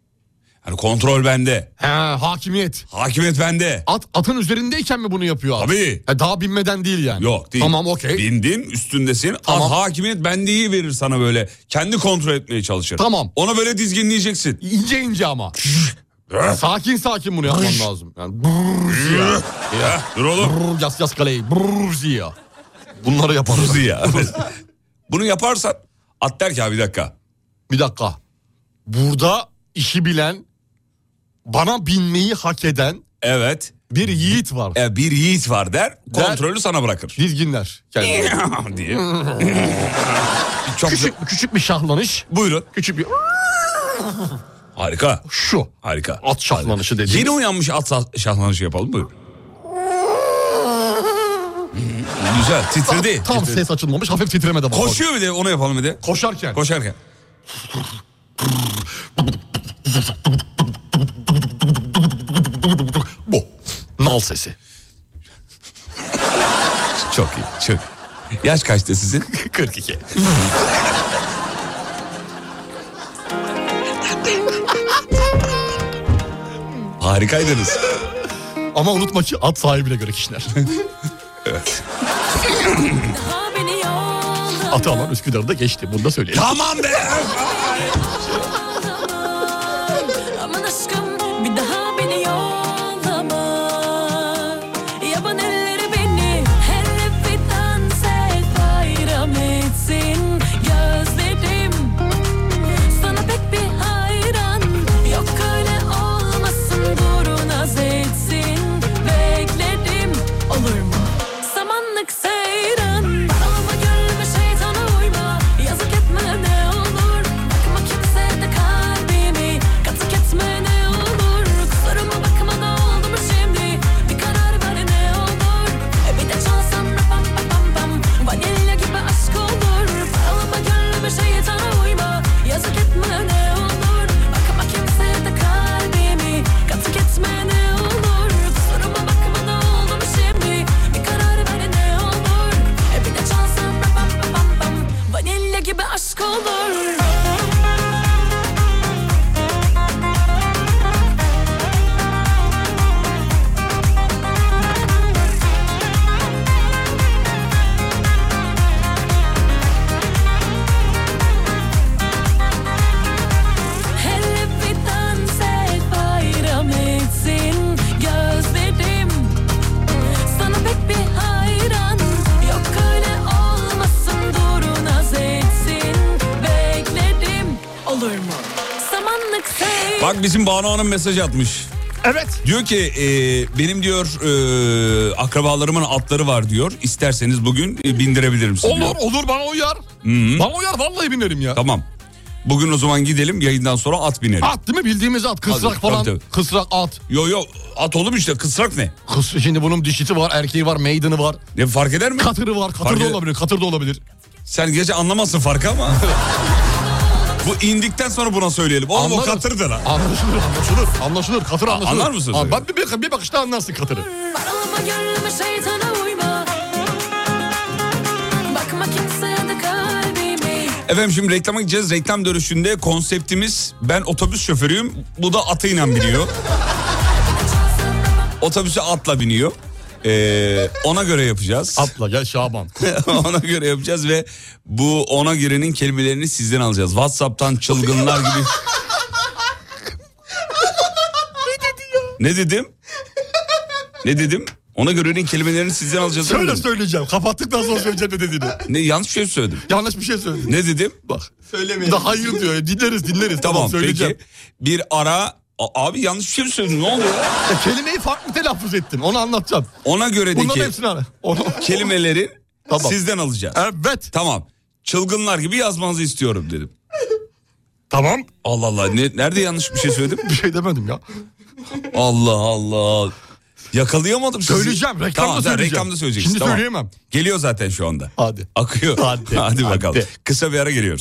Speaker 2: Hani kontrol bende.
Speaker 3: He hakimiyet.
Speaker 2: Hakimiyet bende.
Speaker 3: At atın üzerindeyken mi bunu yapıyor at?
Speaker 2: Tabii.
Speaker 3: Ha, daha binmeden değil yani.
Speaker 2: Yok değil.
Speaker 3: Hani Tamam okey.
Speaker 2: Bindin üstündesin.
Speaker 3: Tamam.
Speaker 2: At hakimiyet bendeyi verir sana böyle. Kendi kontrol etmeye çalışır.
Speaker 3: Tamam.
Speaker 2: Ona böyle dizginleyeceksin.
Speaker 3: İnce ince ama. sakin sakin bunu yapman lazım. Yani brrrr ya.
Speaker 2: Ya, dur oğlum.
Speaker 3: Brrrr, yas yas kaleyi. Brrrr ya. Bunları yaparız.
Speaker 2: Kuzu ya. Bunu yaparsan at der ki abi bir dakika.
Speaker 3: Bir dakika. Burada işi bilen, bana binmeyi hak eden
Speaker 2: Evet
Speaker 3: bir yiğit var.
Speaker 2: e, bir yiğit var der kontrolü sana bırakır.
Speaker 3: Dizginler. kendini.
Speaker 2: diye. Çok güzel.
Speaker 3: küçük, küçük bir şahlanış.
Speaker 2: Buyurun.
Speaker 3: Küçük bir
Speaker 2: Harika.
Speaker 3: şu.
Speaker 2: Harika.
Speaker 3: At şahlanışı dediğimiz.
Speaker 2: Yeni uyanmış at sa- şahlanışı yapalım buyurun. Güzel titredi.
Speaker 3: Tam
Speaker 2: Titredi.
Speaker 3: ses açılmamış hafif titreme de var.
Speaker 2: Koşuyor bir de onu yapalım bir de.
Speaker 3: Koşarken.
Speaker 2: Koşarken.
Speaker 3: Bu. Nal sesi.
Speaker 2: Çok iyi. Çok. Yaş kaçtı sizin?
Speaker 3: 42.
Speaker 2: Harikaydınız.
Speaker 3: Ama unutma ki at sahibine göre kişiler.
Speaker 2: Evet.
Speaker 3: Atı alan Üsküdar'da geçti. Bunu da söyleyelim.
Speaker 2: Tamam be.
Speaker 12: Aman aşkım bir daha beni yollama Yaban elleri beni her refidan sel bayram etsin Gözlerim sana pek bir hayran Yok öyle olmasın durun az etsin Beklerim olur mu samanlık seyran Alma gölme şeytana uyma Yazık etme ne olur E E
Speaker 2: Bak bizim Banu Hanım mesaj atmış.
Speaker 3: Evet.
Speaker 2: Diyor ki e, benim diyor e, akrabalarımın atları var diyor. İsterseniz bugün e, bindirebilirim sizi. diyor.
Speaker 3: Olur olur bana uyar.
Speaker 2: Hı.
Speaker 3: Bana uyar vallahi binerim ya.
Speaker 2: Tamam. Bugün o zaman gidelim yayından sonra at binelim.
Speaker 3: At değil mi bildiğimiz at kısrak
Speaker 2: Tabii,
Speaker 3: falan.
Speaker 2: tabii, tabii.
Speaker 3: Kısrak at.
Speaker 2: Yo yo at oğlum işte kısrak ne?
Speaker 3: Kıs, şimdi bunun dişisi var erkeği var meydanı var.
Speaker 2: Ne fark eder mi?
Speaker 3: Katırı var katır
Speaker 2: Fark
Speaker 3: da
Speaker 2: eder-
Speaker 3: olabilir katır da olabilir.
Speaker 2: Sen gece anlamazsın farkı ama. Bu indikten sonra buna söyleyelim. Oğlum o
Speaker 3: Anlarız.
Speaker 2: katırdı lan.
Speaker 3: Anlaşılır anlaşılır anlaşılır katır anlaşılır.
Speaker 2: Anlar mısın
Speaker 3: Aa,
Speaker 2: sen?
Speaker 3: bak bir, bir, bir bakışta anlarsın katırı.
Speaker 1: Paralama gönlüme şeytana uyma Bakma kimseye de kalbimi
Speaker 2: Efendim şimdi reklama gideceğiz. Reklam dönüşünde konseptimiz ben otobüs şoförüyüm. Bu da atıyla biniyor. Otobüse atla biniyor. Ee, ona göre yapacağız.
Speaker 3: Atla gel Şaban.
Speaker 2: ona göre yapacağız ve bu ona görenin kelimelerini sizden alacağız. Whatsapp'tan çılgınlar gibi. ne dedim? Ne dedim? Ona görenin kelimelerini sizden alacağız.
Speaker 3: Söyle
Speaker 2: demedim.
Speaker 3: söyleyeceğim kapattıktan sonra söyleyeceğim ne dediğini.
Speaker 2: Ne yanlış bir şey söyledim.
Speaker 3: Yanlış bir şey söyledin.
Speaker 2: Ne dedim?
Speaker 3: Bak. Söylemeyelim. Da hayır diyor. E, Dinleriz dinleriz. Tamam,
Speaker 2: Tamam
Speaker 3: söyleyeceğim.
Speaker 2: peki. Bir ara A- abi yanlış bir şey mi söyledin? Ne oluyor?
Speaker 3: Ya E, kelimeyi farklı telaffuz ettim. Onu anlatacağım.
Speaker 2: Ona göre de
Speaker 3: Bunların
Speaker 2: ki
Speaker 3: hepsini ara. Onu...
Speaker 2: kelimeleri
Speaker 3: Tamam.
Speaker 2: sizden alacağız.
Speaker 3: Evet.
Speaker 2: Tamam. Çılgınlar gibi yazmanızı istiyorum dedim.
Speaker 3: Tamam.
Speaker 2: Allah Allah. Ne, nerede yanlış bir şey söyledim?
Speaker 3: Bir şey demedim ya.
Speaker 2: Allah Allah. Yakalayamadım sizi.
Speaker 3: Söyleyeceğim. Reklamda
Speaker 2: tamam, sen
Speaker 3: söyleyeceğim.
Speaker 2: reklamda söyleyeceksin.
Speaker 3: Şimdi
Speaker 2: tamam.
Speaker 3: söyleyemem.
Speaker 2: Geliyor zaten şu anda.
Speaker 3: Hadi.
Speaker 2: Akıyor.
Speaker 3: Hadi,
Speaker 2: Hadi bakalım.
Speaker 3: hadi.
Speaker 2: Kısa bir ara geliyoruz.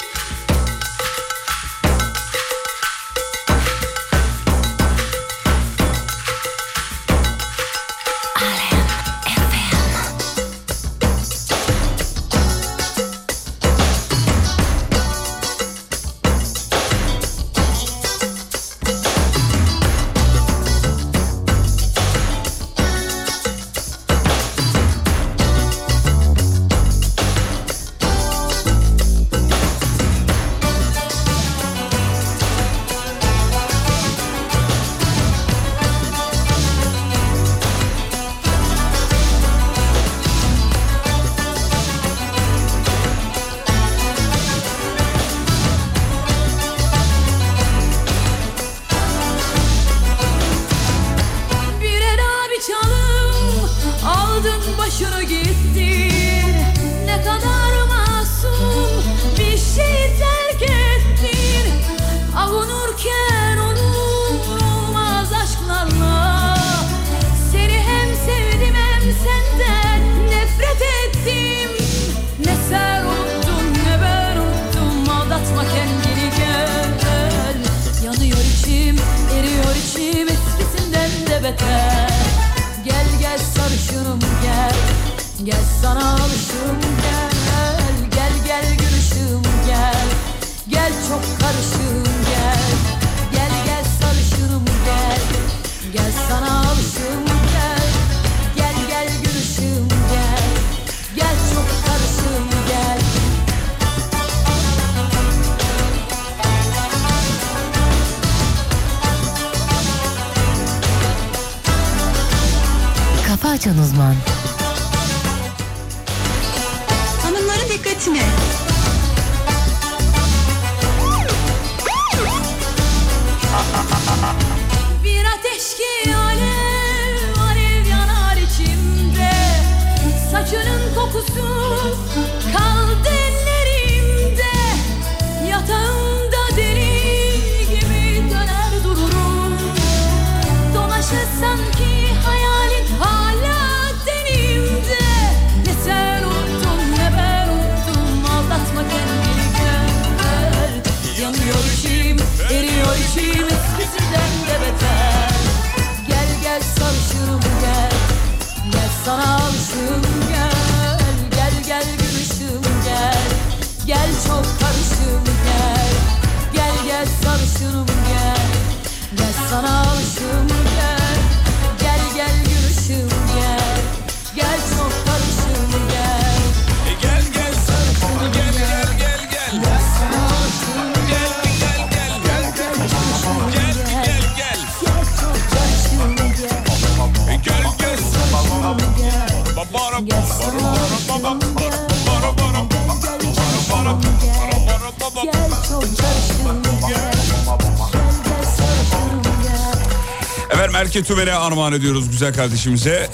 Speaker 1: Birer abi çalım Aldın başını gittin Ne kadar masum Bir şey terk ettin Avunurken onurmaz aşklarla Seni hem sevdim hem senden Nefret ettim Ne sen unuttun ne ben unuttum Aldatma kendini gel Yanıyor içim, eriyor içim eskisinden de beter Gel gel sarışınım gel Gel sana alışım gel Gel gel gülüşüm gel Gel çok karışım gel Gel gel sarışınım gel Gel sana alışım gel Gel gel gülüşüm gel Gel çok karışım gel
Speaker 7: Kafa Açan Uzman
Speaker 4: Hanımların dikkatine.
Speaker 1: Bir ateş ki alev alev yanar içimde Saçının kokusu kaldı ellerimde Yatağımda deli gibi döner dururum Dolaşır sanki hayalin hala deniz E E
Speaker 2: Erke Tümer'e armağan ediyoruz güzel kardeşimize.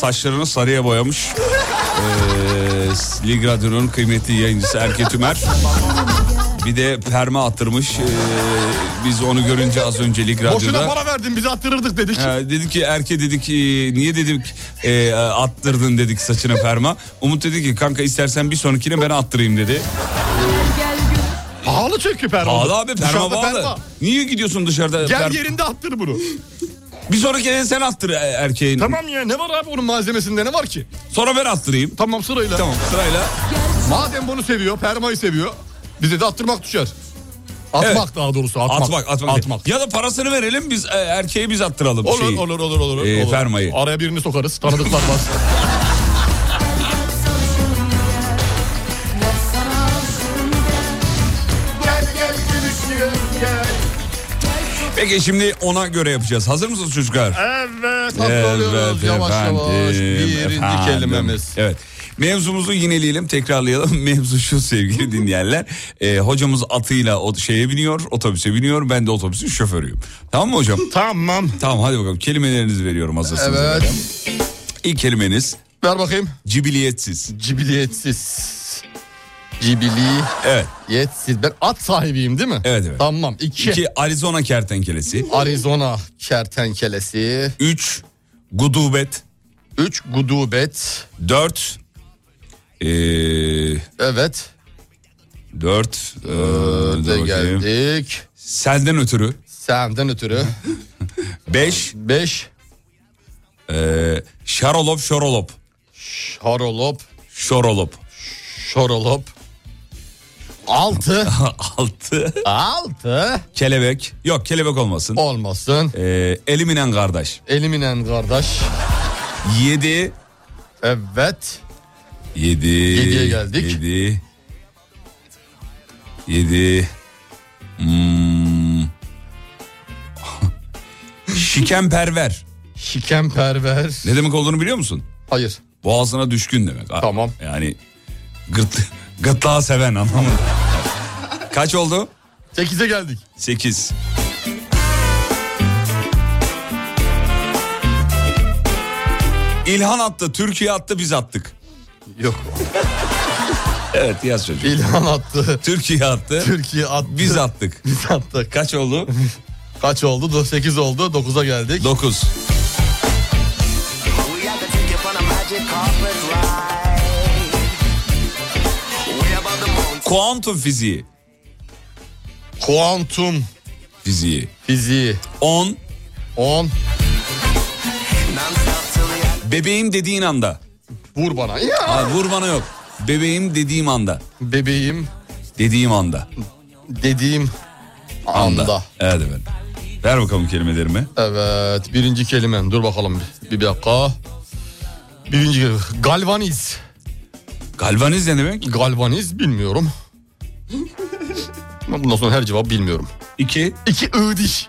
Speaker 2: Saçlarını sarıya boyamış. Ee, Lig Radyo'nun kıymetli yayıncısı Erke Tümer. Bir de perme attırmış. Ee, biz onu görünce az önce Lig
Speaker 3: Boşuna
Speaker 2: Radyo'da...
Speaker 3: para verdin bizi attırırdık dedik.
Speaker 2: Ee, dedi ki Erke dedi ki niye dedim e, attırdın dedik saçına perma. Umut dedi ki kanka istersen bir sonrakine ben attırayım dedi.
Speaker 3: Pahalı çünkü perma.
Speaker 2: Pahalı abi perma
Speaker 3: Dışarıda
Speaker 2: pahalı.
Speaker 3: perma.
Speaker 2: Niye gidiyorsun dışarıda?
Speaker 3: Gel
Speaker 2: per-
Speaker 3: yerinde attır bunu.
Speaker 2: Bir sonrakine sen attır e, erkeğin.
Speaker 3: tamam ya ne var abi onun malzemesinde ne var ki?
Speaker 2: Sonra ben attırayım.
Speaker 3: Tamam sırayla.
Speaker 2: Tamam sırayla.
Speaker 3: Madem bunu seviyor, permayı seviyor. Bize de attırmak düşer. Atmak
Speaker 2: Evet.
Speaker 3: daha doğrusu atmak.
Speaker 2: Atmak, atmak. Ya da parasını verelim biz e, erkeği biz attıralım.
Speaker 3: Olur,
Speaker 2: şeyi.
Speaker 3: olur olur olur olur.
Speaker 2: Ee,
Speaker 3: olur.
Speaker 2: fermayı.
Speaker 3: Araya birini sokarız. Tanıdıklar varsa.
Speaker 2: Peki şimdi ona göre yapacağız. Hazır mısınız çocuklar?
Speaker 3: Evet hatırlıyoruz yavaş yavaş.
Speaker 2: efendim,
Speaker 3: Birinci
Speaker 2: efendim.
Speaker 3: kelimemiz.
Speaker 2: Evet. Mevzumuzu yineleyelim tekrarlayalım. Mevzu şu sevgili dinleyenler. Ee, hocamız atıyla o şeye biniyor otobüse biniyor. Ben de otobüsün şoförüyüm. Tamam mı hocam?
Speaker 3: Tamam.
Speaker 2: tamam hadi bakalım kelimelerinizi veriyorum hazırsanız.
Speaker 3: Evet.
Speaker 2: efendim. İlk kelimeniz
Speaker 3: Ver bakayım.
Speaker 2: cibiliyetsiz.
Speaker 3: Cibiliyetsiz. Cibili.
Speaker 2: Evet.
Speaker 3: Yetsiz. Ben at sahibiyim değil mi?
Speaker 2: Evet, evet.
Speaker 3: Tamam. İki.
Speaker 2: İki Arizona kertenkelesi.
Speaker 3: Arizona kertenkelesi.
Speaker 2: Üç gudubet.
Speaker 3: Üç gudubet.
Speaker 2: Dört ee,
Speaker 3: Evet.
Speaker 2: dört ee, dur
Speaker 3: De
Speaker 2: bakayım.
Speaker 3: geldik.
Speaker 2: senden ötürü.
Speaker 3: Senden ötürü.
Speaker 2: Beş
Speaker 3: Beş.
Speaker 2: ee, şarolop şorolop.
Speaker 3: Şorolop.
Speaker 2: Şorolop.
Speaker 3: Şorolop. Altı.
Speaker 2: Altı.
Speaker 3: Altı.
Speaker 2: Kelebek. Yok kelebek olmasın.
Speaker 3: Olmasın.
Speaker 2: Ee, eliminen kardeş.
Speaker 3: Eliminen kardeş.
Speaker 2: Yedi.
Speaker 3: Evet.
Speaker 2: Yedi.
Speaker 3: Yediye geldik.
Speaker 2: Yedi. Yedi. Hmm. Şikenperver.
Speaker 3: Şikemperver.
Speaker 2: Ne demek olduğunu biliyor musun?
Speaker 3: Hayır.
Speaker 2: Boğazına düşkün demek.
Speaker 3: Tamam.
Speaker 2: Yani gırt, gırtlağı seven anlamında. Kaç oldu?
Speaker 3: Sekize geldik.
Speaker 2: Sekiz. İlhan attı, Türkiye attı, biz attık.
Speaker 3: Yok.
Speaker 2: Evet yaz çocuk.
Speaker 3: İlhan attı.
Speaker 2: Türkiye attı,
Speaker 3: Türkiye attı.
Speaker 2: biz attık.
Speaker 3: Biz attık.
Speaker 2: Kaç oldu?
Speaker 3: Kaç oldu? 8 oldu. 9'a geldik.
Speaker 2: Dokuz.
Speaker 13: We have to take you on a magic carpet ride. Way above the moon.
Speaker 2: Kuantum fiziği.
Speaker 3: Kuantum
Speaker 2: Fiziği.
Speaker 3: fiziği.
Speaker 2: On.
Speaker 3: 10.
Speaker 13: Non-stop till the end.
Speaker 2: Bebeğim dediğin anda.
Speaker 3: Vur bana. Ya.
Speaker 2: Aa, vur bana yok. Bebeğim dediğim anda.
Speaker 3: Bebeğim
Speaker 2: Dediğim anda.
Speaker 3: dediğim anda.
Speaker 2: Evet efendim. Ver bakalım kelimelerimi.
Speaker 3: Evet. Birinci kelimem. Dur bakalım bir, bir dakika. Birinci kelime. Galvaniz.
Speaker 2: Galvaniz ne demek?
Speaker 3: Galvaniz bilmiyorum. Bundan sonra her cevap bilmiyorum.
Speaker 2: İki.
Speaker 3: İki ığdiş.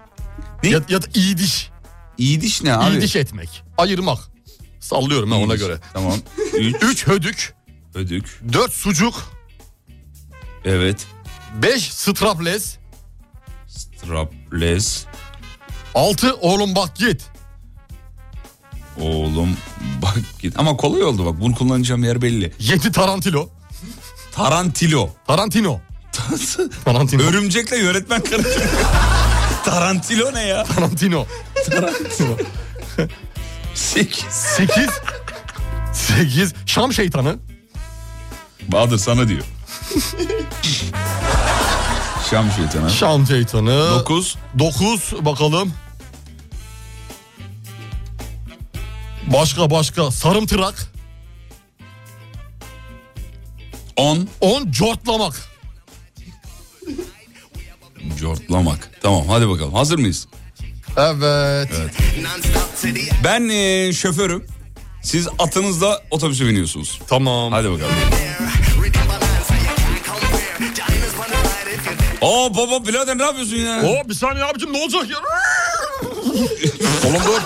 Speaker 2: Ne?
Speaker 3: Ya, ya da iğdiş.
Speaker 2: İyi diş ne abi?
Speaker 3: İğdiş etmek. Ayırmak. Sallıyorum ben
Speaker 2: İyi
Speaker 3: ona
Speaker 2: diş.
Speaker 3: göre.
Speaker 2: Tamam. Üç.
Speaker 3: Üç hödük.
Speaker 2: Ödük.
Speaker 3: Dört sucuk.
Speaker 2: Evet.
Speaker 3: Beş strapless.
Speaker 2: Strapless.
Speaker 3: Altı oğlum bak git.
Speaker 2: Oğlum bak git. Ama kolay oldu bak. Bunu kullanacağım yer belli.
Speaker 3: Yedi tarantilo.
Speaker 2: Tarantilo.
Speaker 3: Tarantino. Tarantino.
Speaker 2: Örümcekle yönetmen karışıyor. Tarantilo ne ya?
Speaker 3: Tarantino. Tarantino.
Speaker 2: Sekiz.
Speaker 3: Sekiz. Sekiz. Şam şeytanı.
Speaker 2: Bahadır sana diyor. Şam şeytanı.
Speaker 3: Şam şeytanı.
Speaker 2: Dokuz.
Speaker 3: Dokuz bakalım. Başka başka sarımtırak.
Speaker 2: On.
Speaker 3: On cortlamak.
Speaker 2: Cortlamak. Tamam hadi bakalım. Hazır mıyız?
Speaker 3: Evet.
Speaker 13: Non-stop till the end.
Speaker 2: Ben eee, şoförüm. Siz atınızla otobüse biniyorsunuz.
Speaker 3: Tamam.
Speaker 2: Hadi bakalım.
Speaker 13: Remember lines that you can't compare. Join us for the ride if you're there.
Speaker 2: Aa baba birader ne yapıyorsun ya?
Speaker 3: Oo bir saniye abicim ne olacak ya? Oğlum dur.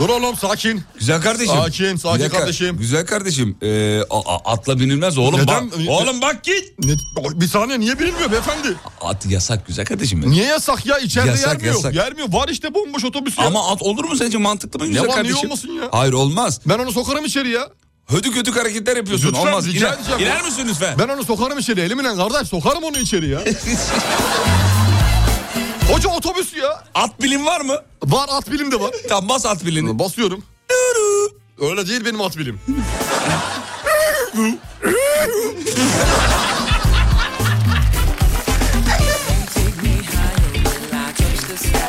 Speaker 3: Dur oğlum sakin.
Speaker 2: Güzel kardeşim.
Speaker 3: Sakin, sakin
Speaker 2: Bir dakika.
Speaker 3: kardeşim.
Speaker 2: Güzel kardeşim. Ee, a- a- atla binilmez oğlum
Speaker 3: Neden?
Speaker 2: bak. Oğlum bak git.
Speaker 3: Ne- bir saniye niye bilinmiyor beyefendi?
Speaker 2: At yasak güzel kardeşim. benim.
Speaker 3: Niye yasak ya? İçeride
Speaker 2: Yasak,
Speaker 3: yermiyor.
Speaker 2: yasak.
Speaker 3: Yermiyor. Var işte bomboş otobüs ya.
Speaker 2: Ama at olur mu sence mantıklı mı güzel
Speaker 3: var, niye
Speaker 2: kardeşim?
Speaker 3: olmasın ya?
Speaker 2: Hayır olmaz.
Speaker 3: Ben onu sokarım içeri ya.
Speaker 2: Hödük hödük hareketler yapıyorsun.
Speaker 3: Lütfen,
Speaker 2: olmaz.
Speaker 3: rica
Speaker 2: İner,
Speaker 3: edeceğim
Speaker 2: iner
Speaker 3: ya.
Speaker 2: misin lütfen?
Speaker 3: Ben onu sokarım içeri elimle kardeş sokarım onu içeri ya. Hoca otobüs ya.
Speaker 2: At bilim var mı?
Speaker 3: Var at bilim de var.
Speaker 2: Tam bas at bilini.
Speaker 3: Basıyorum. Öyle değil benim at bilim.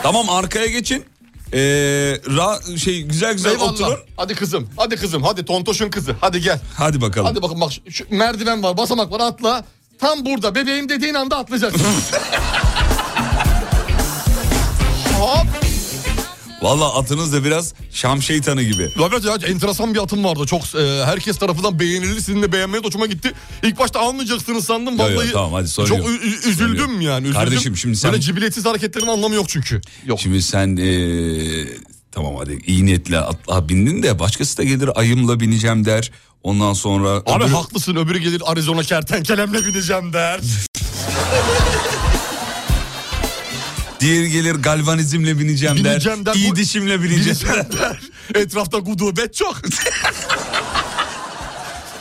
Speaker 2: Tamam arkaya geçin. Ee, ra- şey güzel güzel
Speaker 3: Eyvallah.
Speaker 2: oturun.
Speaker 3: Hadi kızım. Hadi kızım. Hadi tontoşun kızı. Hadi gel.
Speaker 2: Hadi bakalım.
Speaker 3: Hadi bakın bak şu- şu merdiven var, basamak var atla. Tam burada bebeğim dediğin anda atlayacaksın. Hop.
Speaker 2: Valla atınız da biraz Şam şeytanı gibi.
Speaker 3: Evet ya enteresan bir atım vardı. Çok e, herkes tarafından beğenildi. Sizin de beğenmeye de hoşuma gitti. İlk başta anlayacaksınız sandım.
Speaker 2: Yo, yo,
Speaker 3: Vallahi
Speaker 2: tamam, hadi sorun
Speaker 3: çok
Speaker 2: yok.
Speaker 3: ü- ü- üzüldüm
Speaker 2: Sorun yok.
Speaker 3: yani. Üzüldüm.
Speaker 2: Kardeşim, şimdi sen-
Speaker 3: Böyle cibiletsiz hareketlerin anlamı yok çünkü. Yok.
Speaker 2: Şimdi sen ee, tamam hadi iyi niyetle atla bindin de başkası da gelir ayımla bineceğim der. Ondan sonra...
Speaker 3: Abi
Speaker 2: Öbürü-
Speaker 3: haklısın öbürü gelir Arizona kertenkelemle bineceğim der.
Speaker 2: Diğeri gelir galvanizmle bineceğim,
Speaker 3: Bineceğim
Speaker 2: der.
Speaker 3: der.
Speaker 2: İyi
Speaker 3: Bu-
Speaker 2: dişimle bineceğim.
Speaker 3: Bineceğim der. Etrafta gudubet çok.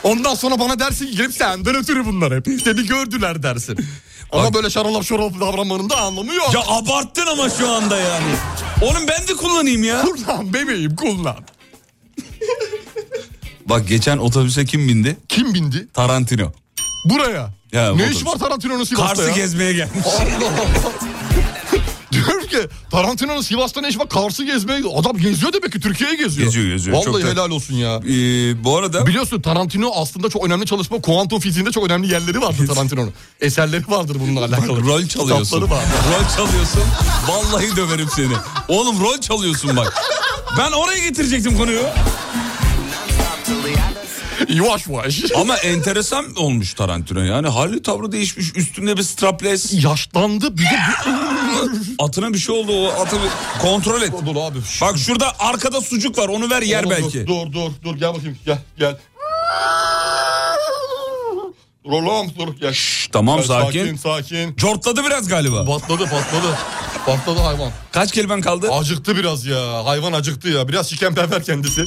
Speaker 3: Ondan sonra bana dersin ki gelip senden ötürü bunlar hep. Seni gördüler dersin. Ama
Speaker 2: Bak-
Speaker 3: böyle şarolap şarolap davranmanın da anlamı yok.
Speaker 2: Ya abarttın ama şu anda yani. Oğlum ben de kullanayım ya.
Speaker 3: Kullan bebeğim kullan.
Speaker 2: Bak geçen otobüse kim bindi?
Speaker 3: Kim bindi?
Speaker 2: Tarantino.
Speaker 3: Buraya.
Speaker 2: Ya,
Speaker 3: ne
Speaker 2: otobüs.
Speaker 3: iş var Tarantino'nun Sivas'ta
Speaker 2: Kars'ı
Speaker 3: ya?
Speaker 2: gezmeye gelmiş.
Speaker 3: Allah Allah. Diyorum ki Tarantino'nun Sivas'ta ne iş var? Kars'ı gezmeye Adam geziyor demek ki Türkiye'yi geziyor.
Speaker 2: Geziyor, geziyor.
Speaker 3: Vallahi
Speaker 2: Çok da-
Speaker 3: helal olsun ya.
Speaker 2: Ee, bu arada
Speaker 3: Biliyorsun Tarantino aslında çok önemli çalışma. Kuantum fiziğinde çok önemli yerleri vardır Tarantino'nun. Eserleri vardır bununla
Speaker 2: Bak,
Speaker 3: alakalı.
Speaker 2: rol çalıyorsun.
Speaker 3: Kitapları var.
Speaker 2: Rol çalıyorsun. Vallahi döverim seni. Oğlum rol çalıyorsun bak. Ben oraya getirecektim konuyu.
Speaker 3: Yavaş yavaş.
Speaker 2: Ama enteresan olmuş Tarantino yani. Hali tavrı değişmiş. Üstünde bir strapless.
Speaker 3: Yaşlandı bir de...
Speaker 2: Atına bir şey oldu o atı bir kontrol et.
Speaker 3: Dur abi.
Speaker 2: Bak şurada arkada sucuk var onu ver yer
Speaker 3: Oğlum
Speaker 2: belki.
Speaker 3: Dur, dur dur dur gel bakayım gel gel. Dur oğlum dur gel.
Speaker 2: Şş, tamam
Speaker 3: Gel,
Speaker 2: sakin.
Speaker 3: Sakin sakin.
Speaker 2: Cortladı biraz galiba.
Speaker 3: Patladı patladı. Patladı hayvan.
Speaker 2: Kaç kelimen kaldı?
Speaker 3: Acıktı biraz ya. Hayvan acıktı ya. Biraz şikenperver kendisi.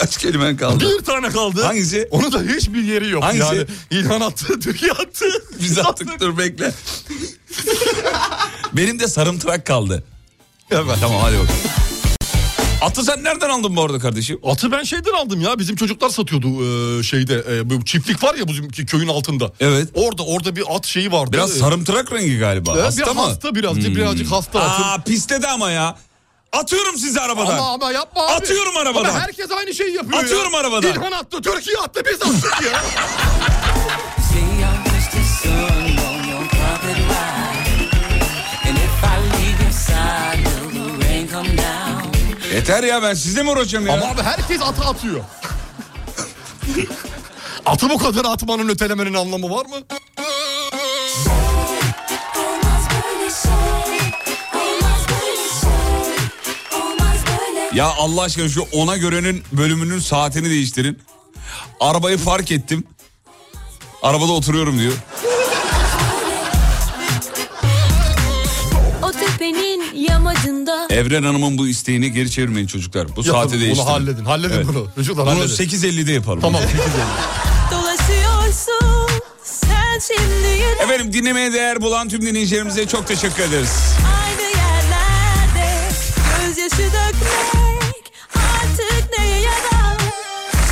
Speaker 2: Kaç kelimen kaldı?
Speaker 3: bir tane kaldı.
Speaker 2: Hangisi?
Speaker 3: Onun da hiçbir yeri yok.
Speaker 2: Hangisi?
Speaker 3: Yani İlhan attı, Türkiye attı.
Speaker 2: Biz attık dur bekle. Benim de sarımtırak kaldı.
Speaker 3: Evet.
Speaker 2: Tamam hadi bakalım. Atı sen nereden aldın bu arada kardeşim?
Speaker 3: Atı ben şeyden aldım ya. Bizim çocuklar satıyordu e, şeyde. e, bu çiftlik var ya bizim köyün altında.
Speaker 2: Evet.
Speaker 3: Orada orada bir at şeyi vardı.
Speaker 2: Biraz
Speaker 3: E,
Speaker 2: sarımtırak rengi galiba.
Speaker 3: e,
Speaker 2: hasta
Speaker 3: bir
Speaker 2: mı? Hmm.
Speaker 3: Hasta biraz. Birazcık hasta atın.
Speaker 2: Aa pisledi ama ya. Atıyorum sizi arabadan.
Speaker 3: Ama ama yapma abi.
Speaker 2: Atıyorum arabadan.
Speaker 3: Ama herkes aynı şeyi yapıyor
Speaker 2: Atıyorum
Speaker 3: ya.
Speaker 2: arabadan.
Speaker 3: İlhan attı, Türkiye attı, biz attık ya.
Speaker 12: Say I wish the sun on your carpet ride. And if I leave your side, will the rain come down?
Speaker 2: Yeter ya ben sizle mi uğraşacağım ya?
Speaker 3: Ama abi herkes atı atıyor. Atı bu kadar atmanın ötelemenin anlamı var mı?
Speaker 4: Olmaz böyle şey Olmaz böyle şey Olmaz böyle
Speaker 2: Ya Allah aşkına şu ona görenin bölümünün saatini değiştirin. Arabayı fark ettim. Arabada oturuyorum diyor.
Speaker 1: O tepenin yamacında
Speaker 2: Evren Hanım'ın bu isteğini geri çevirmeyin çocuklar. Bu saati
Speaker 3: Yapın,
Speaker 2: değiştirin.
Speaker 3: Bunu halledin. Halledin
Speaker 2: Evet.
Speaker 3: bunu. Çocuklar
Speaker 2: Bunu
Speaker 3: halledin.
Speaker 2: 8.50'de yaparım.
Speaker 3: Tamam. sekiz elli.
Speaker 1: dolaşıyorsun Sen şimdi yine
Speaker 2: Efendim dinlemeye değer bulan tüm dinleyicilerimize çok teşekkür ederiz.
Speaker 1: aynı yerlerde Gözyaşı dökmek artık neye yarar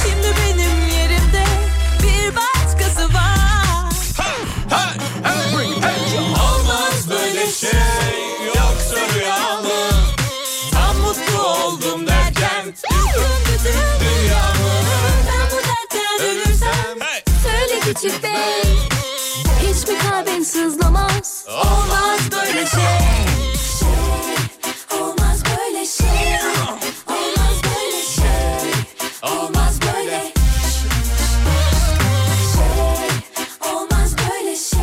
Speaker 1: Şimdi benim yerimde bir başkası var
Speaker 2: Olmaz böyle şey yoksa rüya mı? Tam mutlu oldum derken
Speaker 1: Yıktın bütün dünyamı Ben bu dertten ölürsem
Speaker 4: Söyle küçük bey Hiç mi kalbin sızlamaz
Speaker 1: Olmaz böyle şey
Speaker 4: Şey Olmaz böyle şey Olmaz böyle şey Olmaz böyle Şey Olmaz şey. böyle şey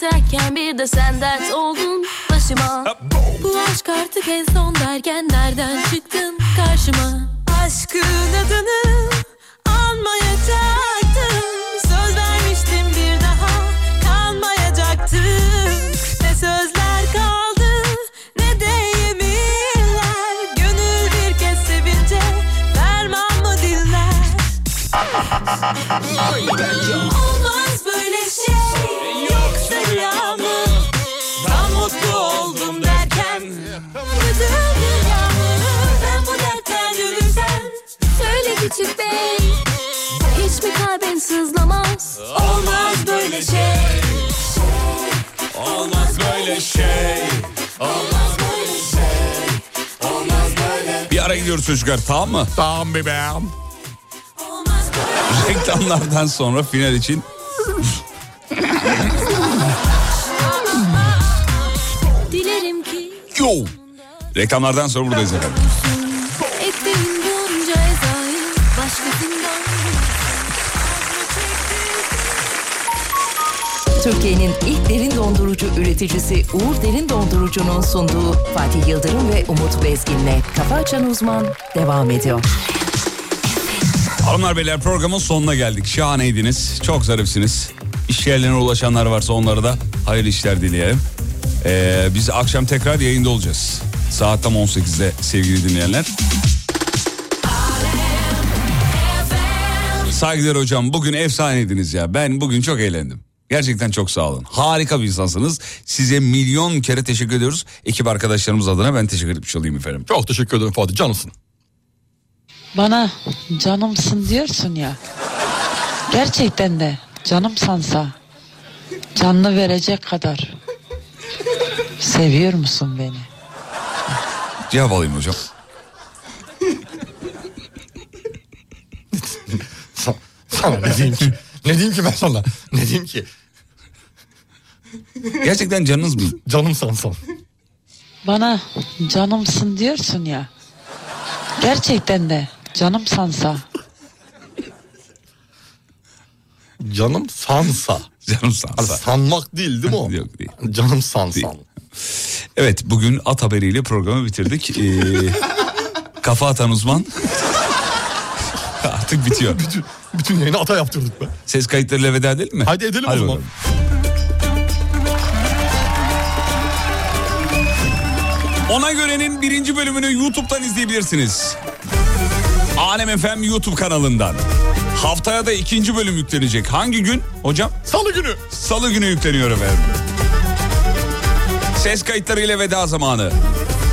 Speaker 1: derken bir de sen dert oldun başıma Bu aşk artık en son derken nereden çıktın karşıma Aşkın adını anmayacaktım Söz vermiştim bir daha kalmayacaktık Ne sözler kaldı ne de yeminler Gönül bir kez sevince ferman mı dinler Olmaz böyle şey yoksa rüyamı Tam mutlu oldum derken Yıldırım dünyamı Ben bu dertten ölürsem
Speaker 14: Söyle küçük bey Hiç mi kalbin sızlamaz
Speaker 1: Olmaz böyle şey
Speaker 2: Olmaz böyle şey.
Speaker 1: Olmaz böyle şey Olmaz böyle şey.
Speaker 2: Bir ara gidiyoruz çocuklar tamam mı? Tamam bebeğim.
Speaker 1: şey.
Speaker 2: Reklamlardan sonra final için
Speaker 1: Dilerim ki
Speaker 2: yo. Reklamlardan sonra buradayız efendim.
Speaker 1: Ettiğin bunca ezayı Başkasından
Speaker 7: Türkiye'nin ilk derin dondurucu üreticisi Uğur Derin Dondurucu'nun sunduğu Fatih Yıldırım ve Umut Bezgin'le Kafa Açan Uzman devam ediyor.
Speaker 2: Hanımlar beyler programın sonuna geldik. Şahaneydiniz. Çok zarifsiniz. İş yerlerine ulaşanlar varsa onlara da hayırlı işler dileyelim. Ee, biz akşam tekrar yayında olacağız. Saat tam 18'de sevgili dinleyenler. Saygılar hocam bugün efsaneydiniz ya. Ben bugün çok eğlendim. Gerçekten çok sağ olun. Harika bir insansınız. Size milyon kere teşekkür ediyoruz. Ekip arkadaşlarımız adına ben teşekkür etmiş olayım efendim. Çok teşekkür ederim Fatih. Canısın.
Speaker 15: Bana canımsın diyorsun ya. Gerçekten de canım sansa canlı verecek kadar. Seviyor musun beni?
Speaker 2: Cevap alayım hocam.
Speaker 16: Sa- Sana ne diyeyim ki? Ne diyeyim ki ben sana? Ne diyeyim ki?
Speaker 2: Gerçekten canınız mı?
Speaker 16: Canım sansam.
Speaker 15: Bana canımsın diyorsun ya. Gerçekten de canım sansa
Speaker 16: Canım sansa.
Speaker 2: Canım sansa.
Speaker 16: sanmak değil değil mi o?
Speaker 2: Yok değil.
Speaker 16: Canım sansa.
Speaker 2: Evet bugün at haberiyle programı bitirdik. Ee, kafa atan uzman. Artık bitiyor.
Speaker 16: Bütün, bütün yayını ata yaptırdık be.
Speaker 2: Ses kayıtlarıyla veda edelim mi?
Speaker 16: Hadi edelim o zaman.
Speaker 2: bakalım. Ona görenin birinci bölümünü YouTube'dan izleyebilirsiniz. Alem FM YouTube kanalından. Haftaya da ikinci bölüm yüklenecek. Hangi gün hocam?
Speaker 16: Salı günü.
Speaker 2: Salı günü yükleniyor efendim. Ses kayıtlarıyla veda zamanı.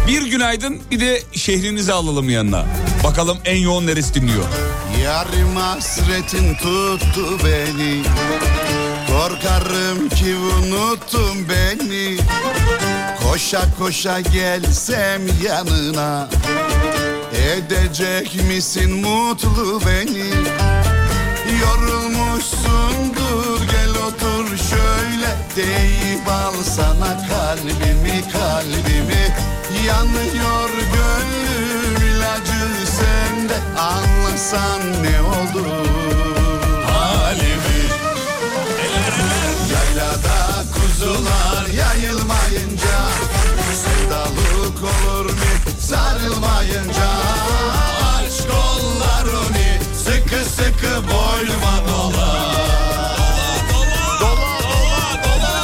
Speaker 2: Bir günaydın bir de şehrinizi alalım yanına. Bakalım en yoğun neresi dinliyor.
Speaker 17: Yarım hasretin tuttu beni Korkarım ki unuttun beni Koşa koşa gelsem yanına Edecek misin mutlu beni Yorulmuşsundur gel otur şöyle Deyip al sana kalbimi kalbimi Yanıyor gönlüm ilacı sende Anlasan ne olur halimi Yaylada kuzular yayılmayınca Sevdalık olur mu sarılmayınca Aç kollarını sıkı sıkı boynuma dola Dola dola dola dola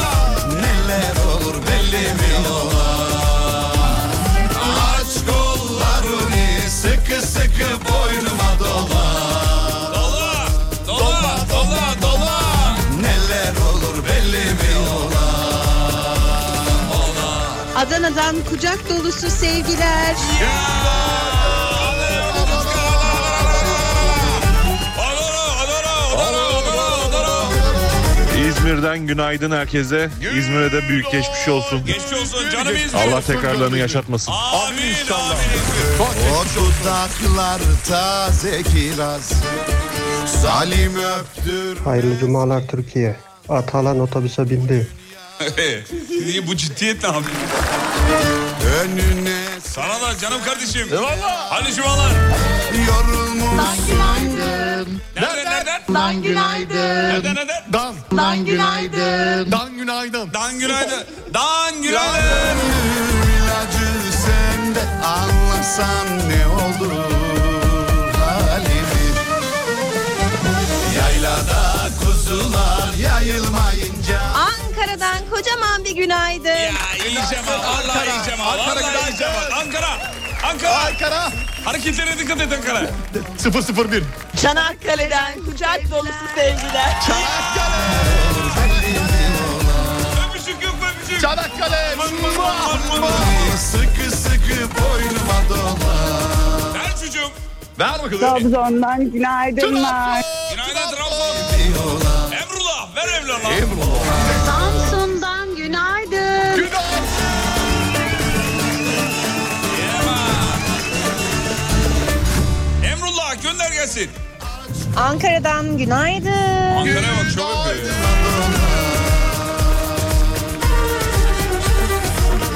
Speaker 17: Neler olur belli mi ola Aç kollarını sıkı sıkı boynuma Dola dola dola dola Neler olur belli mi ola
Speaker 18: Adana'dan kucak dolusu sevgiler.
Speaker 3: İzmir'den günaydın herkese. İzmir'e de büyük geçmiş olsun.
Speaker 2: Geçmiş olsun canım İzmir.
Speaker 3: Allah tekrarlarını yaşatmasın.
Speaker 17: O dudaklar taze kiraz Salim öptür
Speaker 19: Hayırlı cumalar Türkiye. Atalan otobüse bindi.
Speaker 2: Niye bu ciddiyet ne abi?
Speaker 17: Önüne
Speaker 2: Sana da canım kardeşim.
Speaker 17: Eyvallah.
Speaker 2: Hadi cumalar.
Speaker 17: Yorulmuşsundur
Speaker 2: Nerede nerede? Neden?
Speaker 3: Lan günaydın.
Speaker 2: Neden neden?
Speaker 3: Dan.
Speaker 2: Lan günaydın.
Speaker 3: Dan günaydın.
Speaker 2: Dan günaydın. Dan günaydın.
Speaker 17: İlacı sen de anlasan ne olur halimi Yaylada kuzular yayılmayınca
Speaker 20: Ankara'dan kocaman bir günaydın.
Speaker 2: İyice mal. Vallahi iyice mal. Vallahi iyice mal. Ankara. Ankara. Ankara. Hareketlere dikkat et Ankara.
Speaker 3: 001.
Speaker 21: Çanakkale'den kucak dolusu sevgiler.
Speaker 3: Çanakkale.
Speaker 17: Sıkı sıkı boynuma dolan
Speaker 2: Ver çocuğum.
Speaker 3: Ver bakalım.
Speaker 22: Trabzon'dan günaydınlar.
Speaker 2: Günaydın Trabzon. Emrullah. Ver Emrullah.
Speaker 22: Samsun'dan günaydın.
Speaker 2: Emrullah gönder gelsin.
Speaker 20: Ankara'dan günaydın.
Speaker 2: Ankara'ya bak şov yapıyor. ya.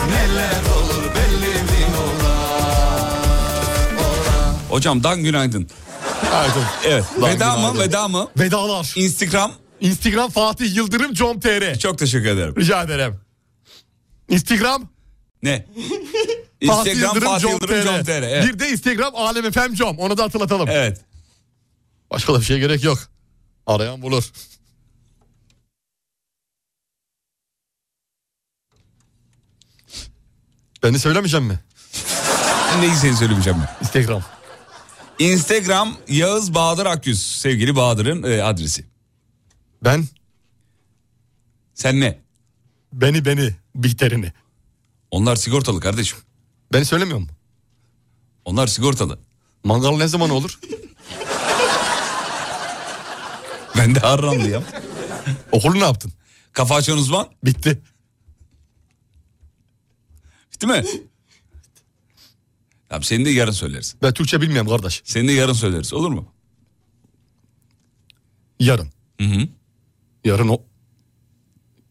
Speaker 17: Neler olur belli mi
Speaker 2: Hocam dan günaydın.
Speaker 3: Günaydın.
Speaker 2: Evet.
Speaker 3: Dan
Speaker 2: veda mı?
Speaker 3: günaydın.
Speaker 2: Veda mı?
Speaker 3: Vedalar.
Speaker 2: Instagram.
Speaker 3: Instagram Fatih Yıldırım com.tr.
Speaker 2: Çok teşekkür ederim.
Speaker 3: Rica ederim. Instagram
Speaker 2: Ne?
Speaker 3: Fatih
Speaker 2: Instagram
Speaker 3: Yıldırım
Speaker 2: Fatih
Speaker 3: com
Speaker 2: Yıldırım
Speaker 3: tr.
Speaker 2: com.tr, evet.
Speaker 3: Bir de Instagram Alem FM com. Onu da hatırlatalım.
Speaker 2: Evet.
Speaker 3: Başka da bir şey gerek yok. Arayan bulur. Beni söylemeyeceğim mi?
Speaker 2: Neyi seni söylemeyeceğim ben?
Speaker 3: Instagram.
Speaker 2: Instagram Yağız Bahadır Akgüz. Sevgili Bahadır'ın e, adresi.
Speaker 3: Ben?
Speaker 2: Sen ne?
Speaker 3: Beni beni. Bihterini.
Speaker 2: Onlar sigortalı kardeşim.
Speaker 3: Beni söylemiyor mu?
Speaker 2: Onlar sigortalı.
Speaker 3: Mangal ne zaman olur?
Speaker 2: Ben de Harranlıyım.
Speaker 3: Okulu ne yaptın?
Speaker 2: Kafa açan uzman.
Speaker 3: Bitti.
Speaker 2: Bitti mi? Tamam seni de yarın söyleriz.
Speaker 3: Ben Türkçe bilmiyorum kardeş.
Speaker 2: Seni de yarın söyleriz olur mu?
Speaker 3: Yarın.
Speaker 2: Hı hı.
Speaker 3: Yarın o...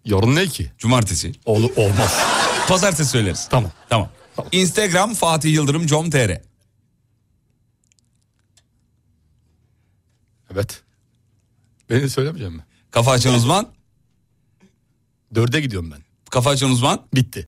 Speaker 3: Yarın ne ki?
Speaker 2: Cumartesi.
Speaker 3: Ol, olmaz.
Speaker 2: Pazartesi söyleriz.
Speaker 3: Tamam.
Speaker 2: Tamam. Instagram Fatih Yıldırım com.tr
Speaker 3: Evet. Beni söylemeyeceğim mi?
Speaker 2: Kafa açan uzman.
Speaker 3: Dörde gidiyorum ben.
Speaker 2: Kafa açan uzman.
Speaker 3: Bitti.